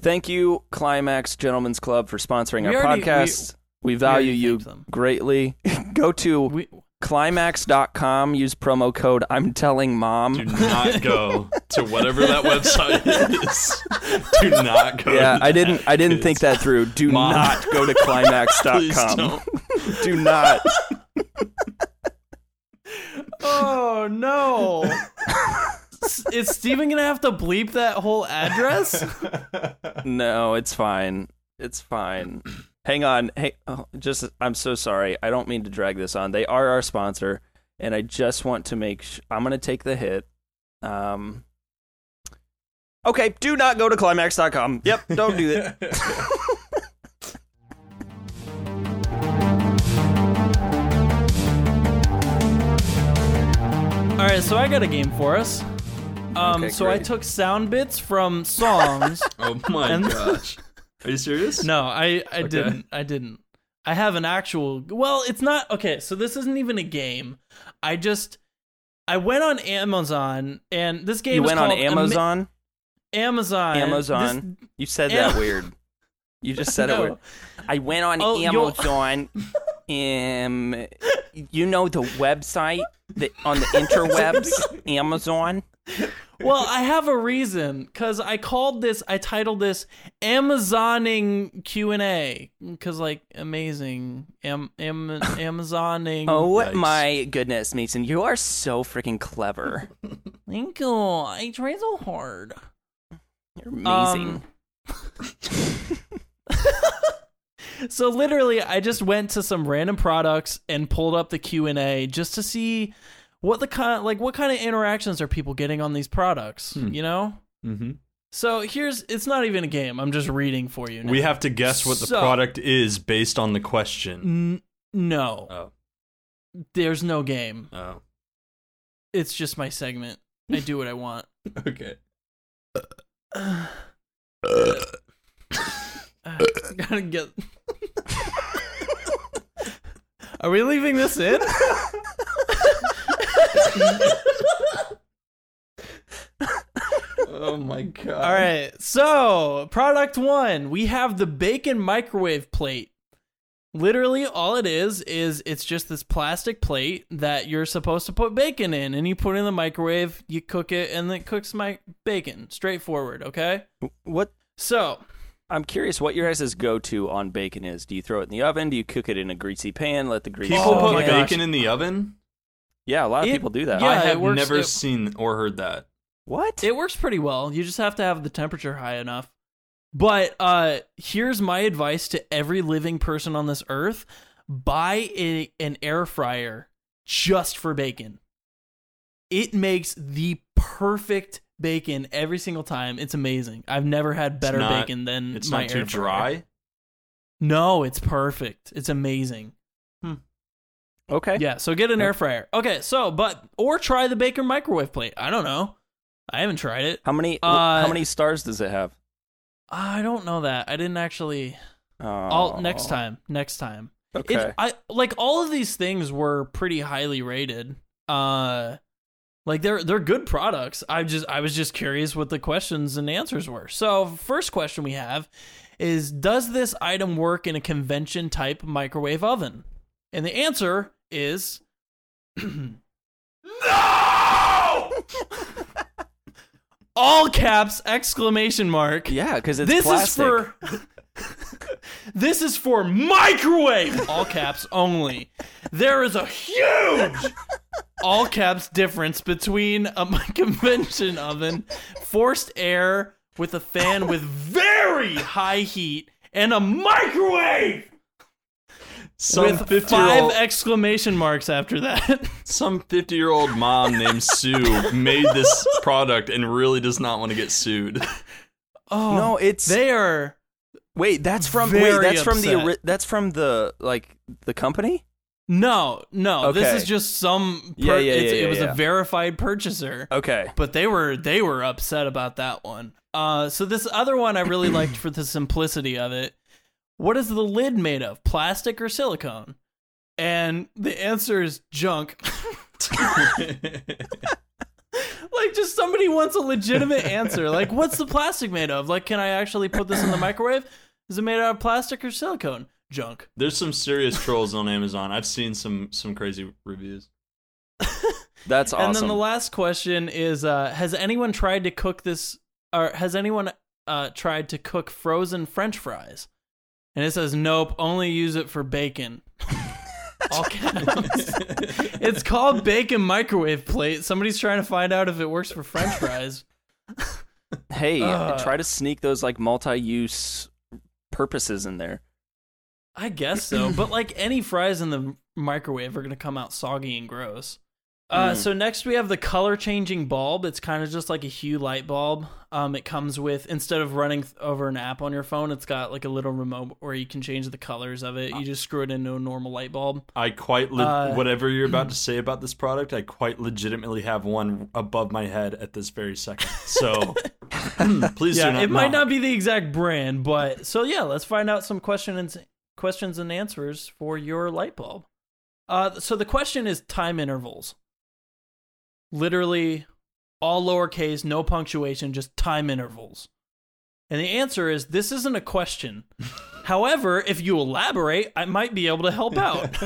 S3: Thank you, Climax Gentlemen's Club, for sponsoring
S2: We
S3: our
S2: already-
S3: podcast. We,
S2: already
S3: value you
S2: thanked them.
S3: greatly. Go to
S2: We,
S3: climax.com. Use promo code I'm telling mom.
S1: Do not go to whatever that website is. Do not go.
S3: yeah,
S1: to
S3: I didn't. I didn't think that through. Do
S1: Mom.
S3: not go to
S1: Please
S3: climax.com.
S1: don't.
S3: Do not.
S2: oh no. S- Is Steven gonna have to bleep that whole address?
S3: No, it's fine. It's fine. Hang on. Hey, oh, just I'm so sorry. I don't mean to drag this on. They are our sponsor, and I just want to make. Sh- I'm gonna take the hit. Um. Okay. Do not go to climax.com. Yep. Don't do that.
S2: All right, so I got a game for us. Um,
S3: Okay,
S2: so I
S3: great.
S2: took sound bits from songs.
S1: Oh my
S2: And-
S1: gosh. Are you serious?
S2: no, I I didn't. I didn't. I have an actual. Well, it's not okay. So this isn't even a game. I just I went on Amazon and this game
S3: You
S2: is
S3: went on
S2: called Ama-
S3: Amazon.
S2: Amazon. This-
S3: Amazon. you said
S2: Am-
S3: that weird. You just said
S2: No.
S3: it weird. I went on
S2: Oh, you'll-
S3: Amazon. um, you know the website that on the interwebs, Amazon.
S2: Well, I have a reason because I called this. I titled this "Amazoning Q and A" because, like, amazing am, am Amazoning.
S3: Oh my goodness, Mason, you are so freaking clever.
S2: thank you. I try so hard.
S3: You're amazing.
S2: Um, so literally, I just went to some random products and pulled up the Q and A just to see what the kind, like, what kind of interactions are people getting on these products.
S1: Hmm.
S2: You know.
S1: Mm-hmm.
S2: So here's. It's not even a game. I'm just reading for you. Now.
S1: We have to guess what the
S2: So-
S1: product is based on the question.
S2: N- no.
S1: Oh.
S2: There's no game.
S1: Oh.
S2: It's just my segment. I do what I want.
S1: Okay.
S2: Uh, gotta get. Are we leaving this in?
S1: Oh my god.
S2: All right. So, product one, we have the bacon microwave plate. Literally, all it is is it's just this plastic plate that you're supposed to put bacon in, and you put it in the microwave, you cook it, and it cooks my bacon. Straightforward. Okay.
S3: What?
S2: So,
S3: I'm curious what your guys' go to on bacon is. Do you throw it in the oven? Do you cook it in a greasy pan? Let the grease.
S1: People
S2: Oh
S1: put
S2: my
S1: bacon
S2: gosh.
S1: in the oven?
S3: Yeah, a lot of
S2: It-
S3: people do that.
S2: Yeah,
S1: I
S2: it
S1: have
S2: works-
S1: never
S2: it-
S1: seen or heard that.
S3: What?
S2: It works pretty well. You just have to have the temperature high enough. But uh here's my advice to every living person on this earth. Buy a, an air fryer just for bacon. It makes the perfect bacon every single time. It's amazing. I've never had better
S1: not-
S2: bacon than
S1: It's
S2: my
S1: not too
S2: air fryer.
S1: dry.
S2: No, it's perfect. It's amazing.
S3: okay.
S2: Yeah, so get an air fryer. Okay, so but or try the Baker microwave plate. I don't know. I haven't tried it.
S3: How many
S2: Uh,
S3: how many stars does it have?
S2: I don't know that. I didn't actually.
S3: Oh,
S2: I'll next time. Next time.
S3: Okay.
S2: It's I like all of these things were pretty highly rated. Uh, like they're they're good products. I just I was just curious what the questions and answers were. So first question we have is does this item work in a convention type microwave oven? And the answer is no. all caps exclamation mark
S3: yeah, because it's
S2: this
S3: plastic.
S2: is for this is for microwave all caps only there is a huge all caps difference between a convention oven forced air with a fan with very high heat and a microwave
S1: Some
S2: with
S1: fifty year
S2: five
S1: old
S2: exclamation marks after that
S1: some fifty year old mom named Sue made this product and really does not want to get sued.
S2: oh
S3: No, it's
S2: they are
S3: wait. That's from wait.
S2: Very
S3: That's from the
S2: upset.
S3: ori- that's from the like the company.
S2: no no
S3: Okay.
S2: this is just some
S3: Yeah, yeah,
S2: it's-
S3: yeah,
S2: it was
S3: yeah.
S2: a verified purchaser
S3: Okay.
S2: but they were they were upset about that one. Uh, so this other one I really liked for the simplicity of it. What is the lid made of? Plastic or silicone? And the answer is junk. like just somebody wants a legitimate answer. Like what's the plastic made of? Like can I actually put this in the microwave? Is it made out of plastic or silicone? Junk.
S1: There's some serious trolls on Amazon. I've seen some some crazy reviews.
S3: That's awesome.
S2: And then the last question is: uh, Has anyone tried to cook this, or has anyone uh, tried to cook frozen French fries? And it says, "Nope, only use it for bacon." All caps. it's called bacon microwave plate. Somebody's trying to find out if it works for French fries.
S3: hey,
S2: Uh.
S3: try to sneak those like multi-use purposes in there.
S2: I guess so, but like any fries in the microwave are gonna come out soggy and gross. Uh, So next we have the color changing bulb. It's kind of just like a hue light bulb. Um, it comes with instead of running th- over an app on your phone, it's got like a little remote where you can change the colors of it. You just screw it into a normal light bulb.
S1: I quite le-
S2: Uh,
S1: whatever you're about to say about this product, I quite legitimately have one above my head at this very second. So please do
S2: Yeah,
S1: not.
S2: it might
S1: knock.
S2: not be the exact brand, but so yeah, let's find out some questions questions and answers for your light bulb. Uh, so the question is time intervals. Literally, all lowercase, no punctuation, just time intervals. And the answer is this isn't a question. However, if you elaborate, I might be able to help out.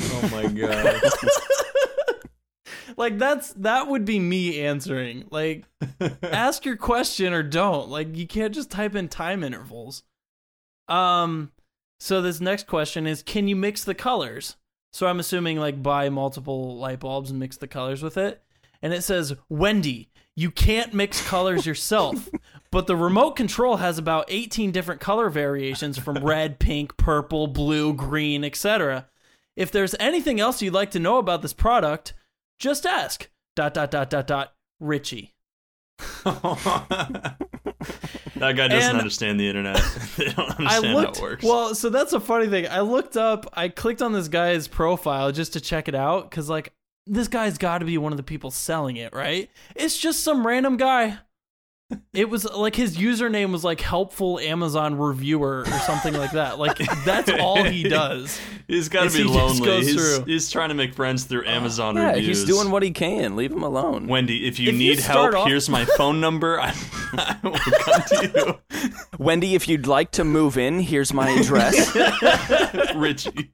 S1: Oh my god!
S2: like that's that would be me answering. Like ask your question or don't. Like you can't just type in time intervals. Um so this next question is can you mix the colors? So I'm assuming like buy multiple light bulbs and mix the colors with it. And it says, "Wendy, you can't mix colors yourself, but the remote control has about 18 different color variations from red, pink, purple, blue, green, etc." If there's anything else you'd like to know about this product, just ask. Dot dot dot dot dot Richie.
S1: that guy doesn't
S2: And-
S1: understand the internet. they don't understand
S2: I looked
S1: how it works.
S2: well, so that's a funny thing. I looked up, I clicked on this guy's profile just to check it out because like this guy's got to be one of the people selling it, right? It's just some random guy. It was like his username was like helpful Amazon reviewer or something like that. Like that's all he does.
S1: he's got
S2: Is
S1: to be
S2: he just
S1: lonely.
S2: goes
S1: He's,
S2: through- Uh,
S1: he's trying to make friends through Amazon
S3: Yeah,
S1: reviews.
S3: he's doing what he can. Leave him alone.
S1: Wendy, if you
S2: If you
S1: need
S2: start
S1: help,
S2: off-
S1: here's my phone number. I, I will come to
S3: Wendy, if you'd like to move in, here's my address.
S1: you, Richie.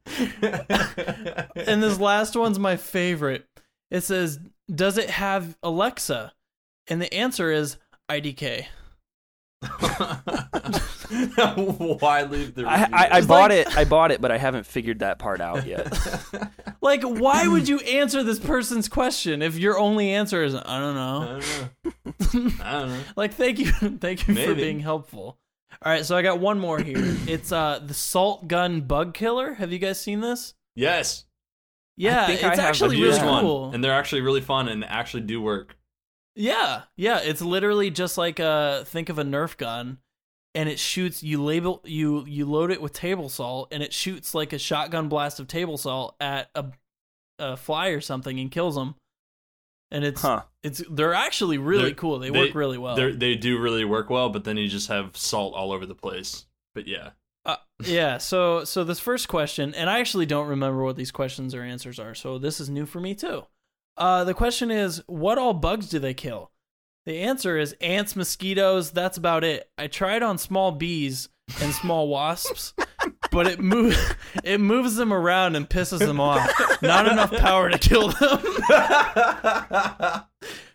S2: and this last one's my favorite. It says, "Does it have Alexa?" And the answer is IDK.
S1: Why leave the?
S3: I,
S1: review?
S3: I, I
S2: It's
S3: bought
S2: like-
S3: it. I bought it, but I haven't figured that part out yet.
S2: Like, why would you answer this person's question if your only answer is I don't know?
S1: I don't know.
S2: Like, thank you, thank you for
S1: Maybe.
S2: being helpful. All right, so I got one more here. It's uh the salt gun bug killer. Have you guys seen this?
S1: Yes,
S2: Yeah,
S3: think I
S2: it's
S3: have.
S1: I've
S2: actually really
S1: used one,
S2: cool.
S1: and they're actually really fun and actually do work.
S2: Yeah, yeah. It's literally just like uh think of a Nerf gun, and it shoots. You label you you load it with table salt, and it shoots like a shotgun blast of table salt at a a fly or something and kills them. And it's
S3: Huh.
S2: it's they're actually really
S1: They're-
S2: cool. They,
S1: they-
S2: work really well.
S1: They're, they do really work well, but then you just have salt all over the place. But yeah,
S2: Uh, yeah. So so this first question, and I actually don't remember what these questions or answers are. So this is new for me too. Uh, the question is, what all bugs do they kill? The answer is ants, mosquitoes. That's about it. I tried on small bees and small wasps, but it moves it moves them around and pisses them off. Not enough power to kill them.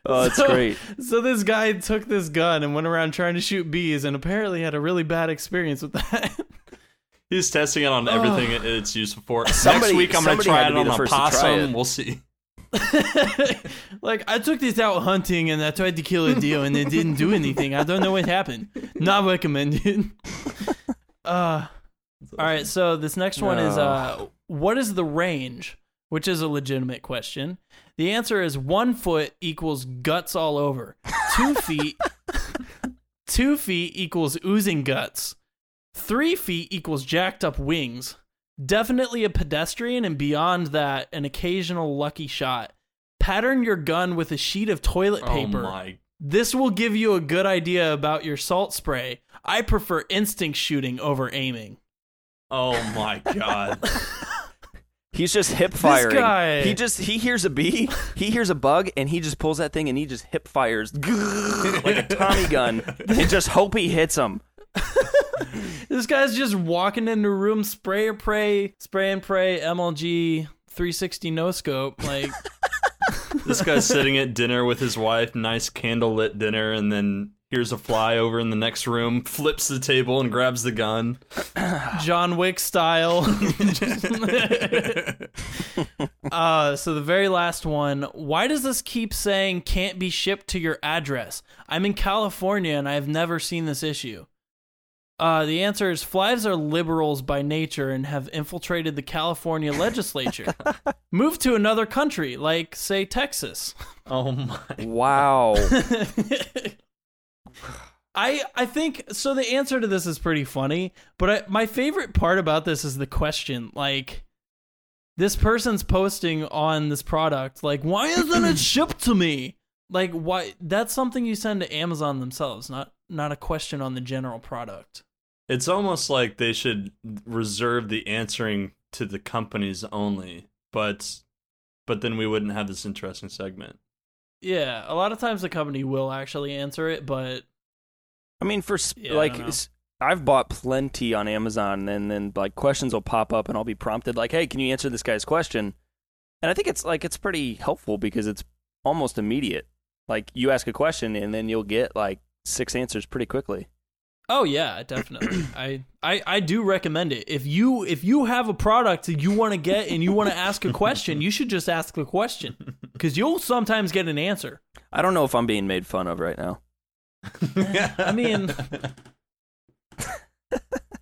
S3: Oh, that's
S2: So-
S3: great.
S2: So this guy took this gun and went around trying to shoot bees, and apparently had a really bad experience with that.
S1: he's testing it on everything it- it's useful for.
S3: Somebody-
S1: Next week, I'm gonna
S3: somebody
S1: try
S3: had
S1: it
S3: to be
S1: on
S3: the
S1: a
S3: first to try
S1: possum.
S3: it.
S1: We'll see.
S2: like I took this out hunting and I tried to kill a deer and it didn't do anything. I don't know what happened. Not recommended. Uh, all right. So this next one is uh, what is the range? Which is a legitimate question. The answer is one foot equals guts all over. Two feet. two feet equals oozing guts. Three feet equals jacked up wings. Definitely a pedestrian, and beyond that, an occasional lucky shot. Pattern your gun with a sheet of toilet paper.
S1: Oh my!
S2: This will give you a good idea about your salt spray. I prefer instinct shooting over aiming.
S1: Oh my God!
S3: He's just hip firing.
S2: guy-
S3: He just he hears a bee, he hears a bug, and he just pulls that thing and he just hip fires like a Tommy gun, and just hope he hits him.
S2: This guy's just walking into a room, spray or pray, spray and pray, MLG 360 no scope. Like,
S1: this guy's sitting at dinner with his wife, nice candlelit dinner, and then hears a fly over in the next room, flips the table, and grabs the gun.
S2: John Wick style. uh, so the very last one. Why does this keep saying can't be shipped to your address? I'm in California and I've never seen this issue. Uh, the answer is flies are liberals by nature and have infiltrated the California legislature. Move to another country, like say Texas.
S1: Oh my!
S3: Wow.
S2: I I think so. The answer to this is pretty funny, but I, my favorite part about this is the question. Like, this person's posting on this product, like, why isn't it shipped to me? Like, why? That's something you send to Amazon themselves, not not a question on the general product.
S1: It's almost like they should reserve the answering to the companies only, but but then we wouldn't have this interesting segment.
S2: Yeah, a lot of times the company will actually answer it, but
S3: I mean, for s
S2: Yeah, I
S3: like,
S2: don't know.
S3: s- I've bought plenty on Amazon, and then like questions will pop up, and I'll be prompted like, "Hey, can you answer this guy's question?" And I think it's like it's pretty helpful because it's almost immediate. Like you ask a question, and then you'll get like six answers pretty quickly.
S2: Oh yeah, definitely. I, I I do recommend it. If you if you have a product that you want to get and you want to ask a question, you should just ask the question cuz you'll sometimes get an answer.
S3: I don't know if I'm being made fun of right now.
S2: I mean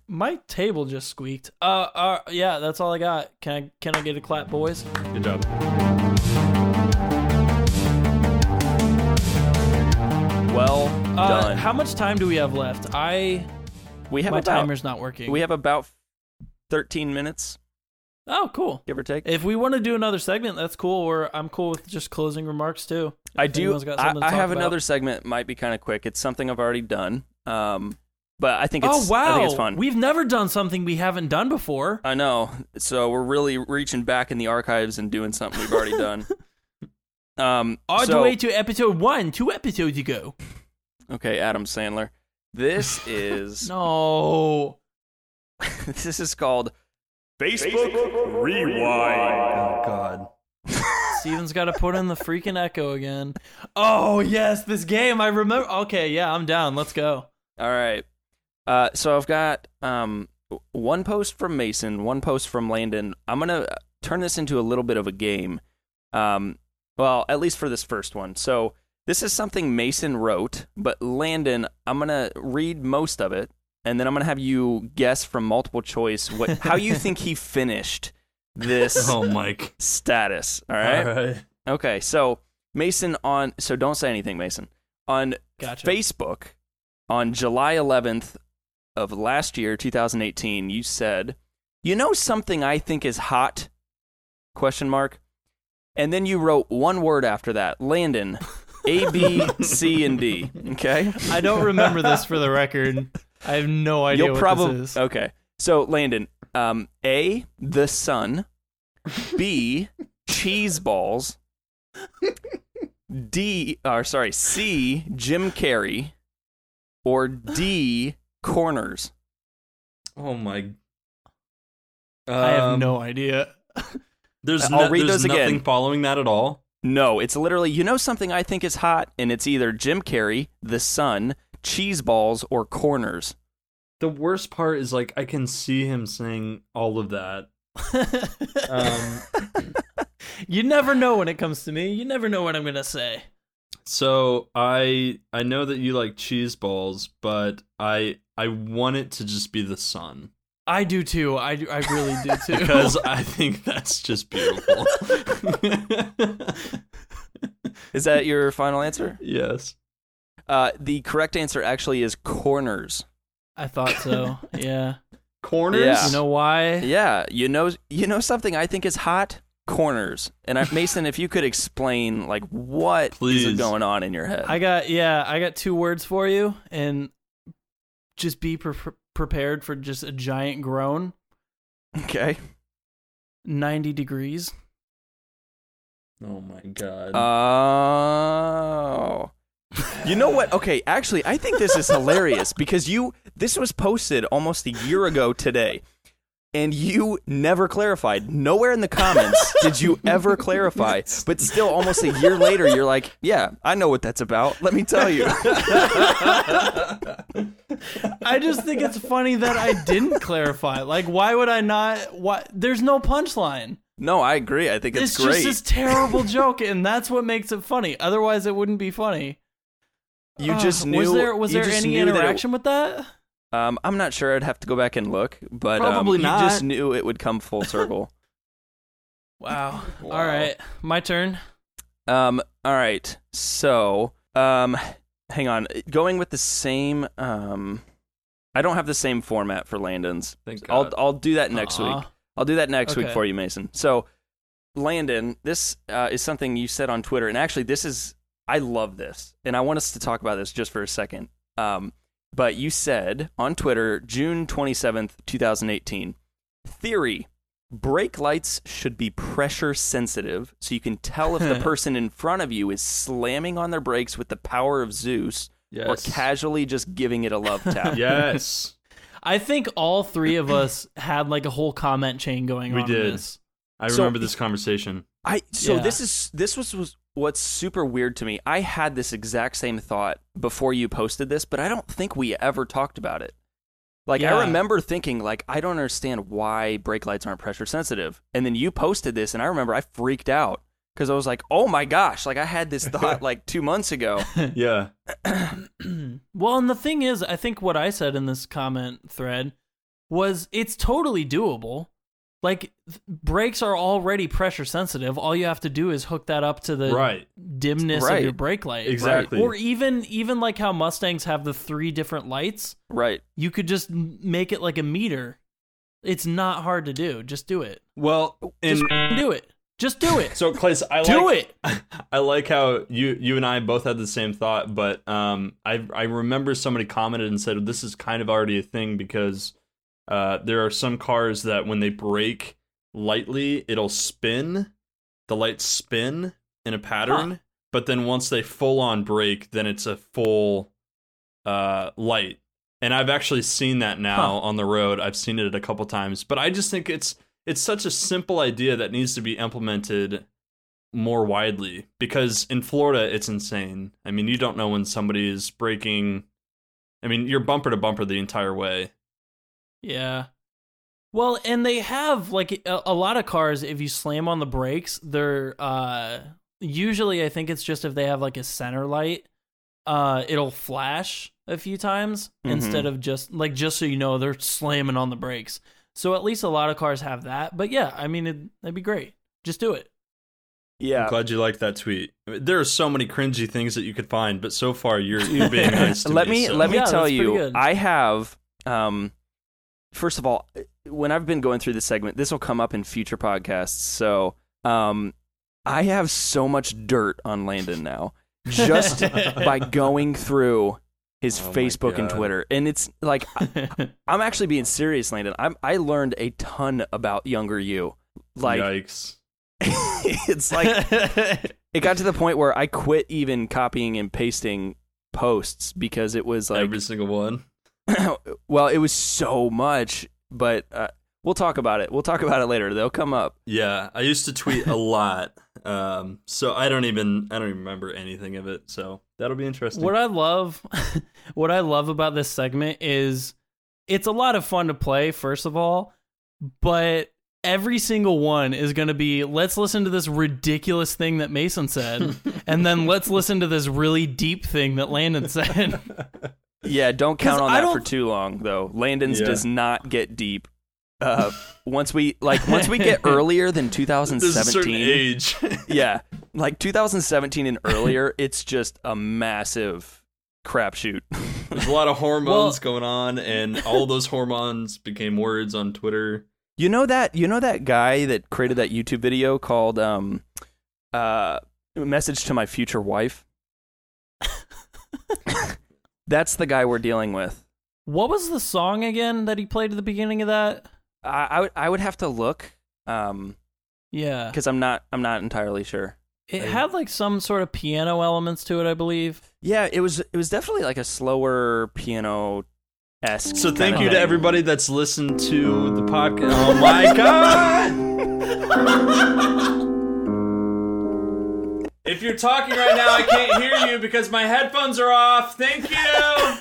S2: My table just squeaked. Uh, uh yeah, that's all I got. Can I can I get a clap, boys?
S1: Good job.
S3: Well
S2: Uh,
S3: done.
S2: how much time do we have left? I
S3: we have
S2: my
S3: about
S2: timer's not working.
S3: we have about 13 minutes,
S2: oh, cool.
S3: give or take.
S2: If we want to do another segment, that's cool. Or I'm cool with just closing remarks too.
S3: I
S2: If
S3: do.
S2: anyone's got
S3: I,
S2: something to
S3: I
S2: talk
S3: have
S2: about.
S3: another segment. Might be kind of quick. It's something I've already done. Um, but I think it's.
S2: Oh wow,
S3: I think it's fun. Uh,
S2: we've never done something we haven't done before.
S3: I know. So we're really reaching back in the archives and doing something we've already done. Um,
S2: All the
S3: so-
S2: way to episode one, two episodes ago.
S3: okay, Adam Sandler. This is
S2: No,
S3: this is called
S1: Oh God!
S2: Steven's got to put in the freaking echo again. Oh yes, this game I remember. Okay, yeah, I'm down. Let's go.
S3: All right. Uh, so I've got um, w- one post from Mason, one post from Landon. I'm gonna uh, turn this into a little bit of a game. Um, well, at least for this first one. So this is something Mason wrote, but Landon, I'm gonna read most of it, and then I'm gonna have you guess from multiple choice what how you think he finished this
S1: Oh, Mike.
S3: status. All
S1: All
S3: right?
S1: right.
S3: Okay. So Mason on. So don't say anything, Mason. On
S2: Gotcha.
S3: Facebook on July 11th of last year, 2018, you said, "You know something I think is hot?" question mark. And then you wrote one word after that, Landon, A B C and D, okay?
S2: I don't remember this for the record. I have no idea
S3: You'll
S2: what
S3: probably
S2: this is.
S3: Okay. So, Landon, um A, the sun, B, cheese balls, D, or sorry, C, Jim Carrey, or D, corners.
S1: Oh my.
S2: I have
S1: Um,
S2: no idea.
S1: There's
S3: I'll
S1: no-
S3: read
S1: there's
S3: those again.
S1: nothing following that at all.
S3: No, it's literally, you know, something I think is hot, and it's either Jim Carrey, The Sun, Cheese Balls, or Corners.
S1: The worst part is like I can see him saying all of that. um,
S2: You never know when it comes to me. You never know what I'm gonna say.
S1: so I I know that you like cheese balls, but I I want it to just be the sun
S2: I do too. I do, I really do too.
S1: because I think that's just beautiful.
S3: Is that your final answer?
S1: yes.
S3: Uh, the correct answer actually is Corners.
S2: I thought so. Yeah.
S1: Corners?
S3: Yeah.
S2: You know why?
S3: Yeah, you know, you know something I think is hot? Corners. And I, Mason, if you could explain, like, what is
S1: Please.
S3: going on in your head?
S2: I got yeah. I got two words for you, and just be pre- prepared for just a giant groan.
S3: okay.
S2: Ninety degrees.
S1: Oh my god.
S3: Oh. You know what? Okay, actually, I think this is hilarious because you this was posted almost a year ago today. And you never clarified. Nowhere in the comments did you ever clarify. But still almost a year later you're like, "Yeah, I know what that's about. Let me tell you."
S2: I just think it's funny that I didn't clarify. Like, why would I not? Why? There's no punchline.
S3: No, I agree. I think it's,
S2: It's,
S3: great.
S2: just this terrible joke, and that's what makes it funny. Otherwise, it wouldn't be funny.
S3: you
S2: Ugh,
S3: just knew
S2: was there was
S3: you
S2: there
S3: just
S2: any
S3: knew that it-
S2: interaction with that?
S3: um, I'm not sure. I'd have to go back and look, but um,
S1: Probably
S3: You
S1: not.
S3: just knew it would come full circle.
S2: Wow. All right, my turn.
S3: Um. All right. So, um, hang on. Going with the same. Um, I don't have the same format for Landon's.
S1: Thank
S3: I'll
S1: God.
S3: I'll do that next
S2: Aw.
S3: week. I'll do that next week
S2: Uh-huh. Okay.
S3: for you, Mason. So, Landon, this uh, is something you said on Twitter, and actually, this is I love this, and I want us to talk about this just for a second. Um, but you said on Twitter, June twenty seventh, two thousand eighteen, theory: brake lights should be pressure sensitive, so you can tell if the person in front of you is slamming on their brakes with the power of Zeus, or
S1: Yes.
S3: casually just giving it a love tap.
S1: yes.
S2: I think all three of us had like a whole comment chain going
S1: We
S2: on.
S1: did.
S2: In this.
S1: I
S3: So-
S1: remember this conversation.
S3: I so
S2: Yeah.
S3: this is this was, was what's super weird to me. I had this exact same thought before you posted this, but I don't think we ever talked about it. Like
S2: Yeah.
S3: I remember thinking like I don't understand why brake lights aren't pressure sensitive. And then you posted this and I remember I freaked out cuz I was like, "Oh my gosh, like I had this thought like 2 months ago."
S1: Yeah.
S2: Well, and the thing is, I think what I said in this comment thread was it's totally doable. Like th- brakes are already pressure sensitive. All you have to do is hook that up to the
S1: Right.
S2: dimness
S3: Right.
S2: of your brake light.
S1: Exactly.
S2: Or even even like how Mustangs have the three different lights,
S3: right.
S2: you could just m- make it like a meter. It's not hard to do. Just do it.
S1: Well,
S2: Just
S1: and
S2: do it. Just do it.
S1: so Clay's I
S2: do
S1: like
S2: it.
S1: I like how you you and I both had the same thought, but um, I I remember somebody commented and said this is kind of already a thing because uh, there are some cars that when they brake lightly, it'll spin, the lights spin in a pattern, but then once they full on brake, then it's a full uh, light. And I've actually seen that now on the road. I've seen it a couple times, but I just think it's it's such a simple idea that needs to be implemented more widely because in Florida it's insane. I mean, you don't know when somebody is breaking I mean, you're bumper to bumper the entire way.
S2: Yeah. Well, and they have like a, a lot of cars. If you slam on the brakes, they're uh, usually I think it's just if they have like a center light, uh, it'll flash a few times instead of just like just so you know they're slamming on the brakes. So at least a lot of cars have that. But yeah, I mean it, that'd be great. Just do it.
S3: Yeah.
S1: I'm glad you liked that tweet. I mean, there are so many cringy things that you could find, but so far you're, you're being nice to
S3: let
S1: me.
S3: me
S1: so-
S3: let me
S2: Yeah,
S3: tell
S2: that's pretty
S3: you
S2: good.
S3: i have um first of all when i've been going through this segment this will come up in future podcasts so um i have so much dirt on landon now just by going through his
S1: Oh my
S3: facebook and
S1: God.
S3: twitter and it's like I, i'm actually being serious landon I'm, i learned a ton about younger you like
S1: Yikes.
S3: it's like it got to the point where i quit even copying and pasting posts because it was like
S1: Every single one.
S3: well, it was so much, but uh, we'll talk about it. We'll talk about it later. They'll come up.
S1: Yeah, I used to tweet a lot. Um, so I don't even I don't even remember anything of it. So that'll be interesting.
S2: What I love, what I love about this segment is it's a lot of fun to play. First of all, but every single one is going to be let's listen to this ridiculous thing that Mason said, and then let's listen to this really deep thing that Landon said.
S3: Yeah, don't count
S2: 'Cause
S3: on
S2: I
S3: that
S2: don't-
S3: for too long though. Landon's
S1: Yeah.
S3: does not get deep. Uh, once we like once we get earlier than
S1: There's a certain
S3: 2017,
S1: age.
S3: yeah, like 2017 and earlier, it's just a massive crapshoot.
S1: There's a lot of hormones going on, and all those hormones became words on Twitter.
S3: You know that you know that guy that created that YouTube video called um, uh, "Message to My Future Wife." That's the guy we're dealing with.
S2: what was the song again that he played at the beginning of that?
S3: I, I would I would have to look because
S2: Yeah,
S3: I'm not I'm not entirely sure.
S2: it had like some sort of piano elements to it, I believe.
S3: Yeah, it was it was definitely like a slower piano esque.
S1: So thank you to everybody that's listened to the podcast. Oh my god! if you're talking right now, I can't hear you because my headphones are off. Thank you.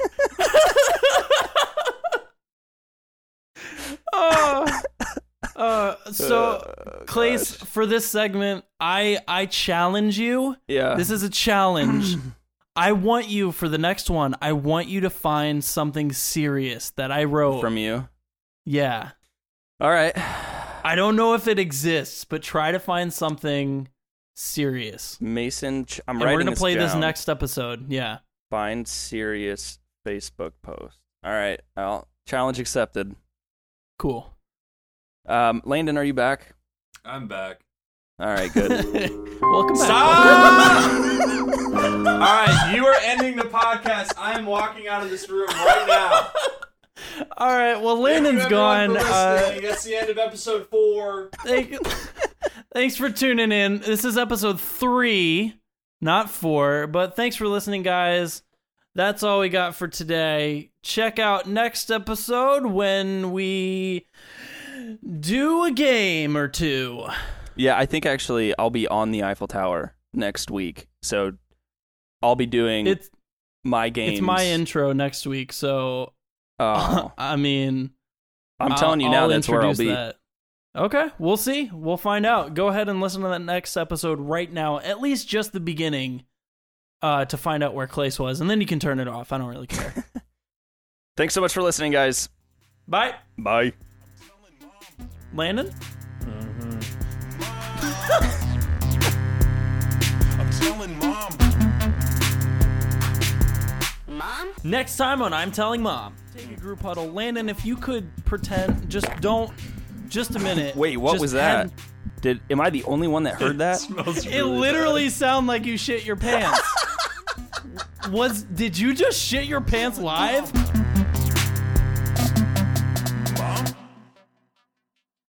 S2: Uh, so, Clace, for this segment, I I challenge you.
S3: Yeah.
S2: This is a challenge. I want you for the next one. I want you to find something serious that I wrote.
S3: from you.
S2: yeah,
S3: All right.
S2: I don't know if it exists, but try to find something serious.
S3: Mason, Ch- I'm
S2: And
S3: writing
S2: we're gonna
S3: this
S2: play this
S3: down.
S2: next episode. Yeah.
S3: find serious Facebook post. All right, well, challenge accepted.
S2: Cool.
S3: Um, Landon, are you back?
S1: I'm back.
S3: All right, good.
S2: Welcome back.
S1: All right, you are ending the podcast. I am walking out of this room right now.
S2: All right. Well, Landon's gone. Uh,
S1: That's the end of episode four.
S2: Thank, thanks for tuning in. This is episode three, not four, but thanks for listening, guys. That's all we got for today. Check out next episode when we do a game or two.
S3: yeah, I think actually I'll be on the Eiffel Tower next week, so I'll be doing
S2: It's
S3: my games.
S2: it's my intro next week, so
S3: Oh,
S2: I mean,
S3: I'm
S2: I'll-
S3: telling you now,
S2: I'll
S3: that's where I'll
S2: introduce
S3: be.
S2: that. Okay, we'll see. We'll find out. Go ahead and listen to that next episode right now, at least just the beginning, uh, to find out where Clace was, and then you can turn it off. I don't really care.
S3: Thanks so much for listening, guys.
S2: Bye,
S3: Bye.
S2: Landon. Next time on I'm Telling Mom, take a group huddle. Landon, if you could pretend, just don't, just a minute.
S3: Wait, what
S2: Just
S3: was that?
S2: have-
S3: Did am I the only one that heard that?
S2: It literally sound like you shit your pants. was did you just shit your pants live?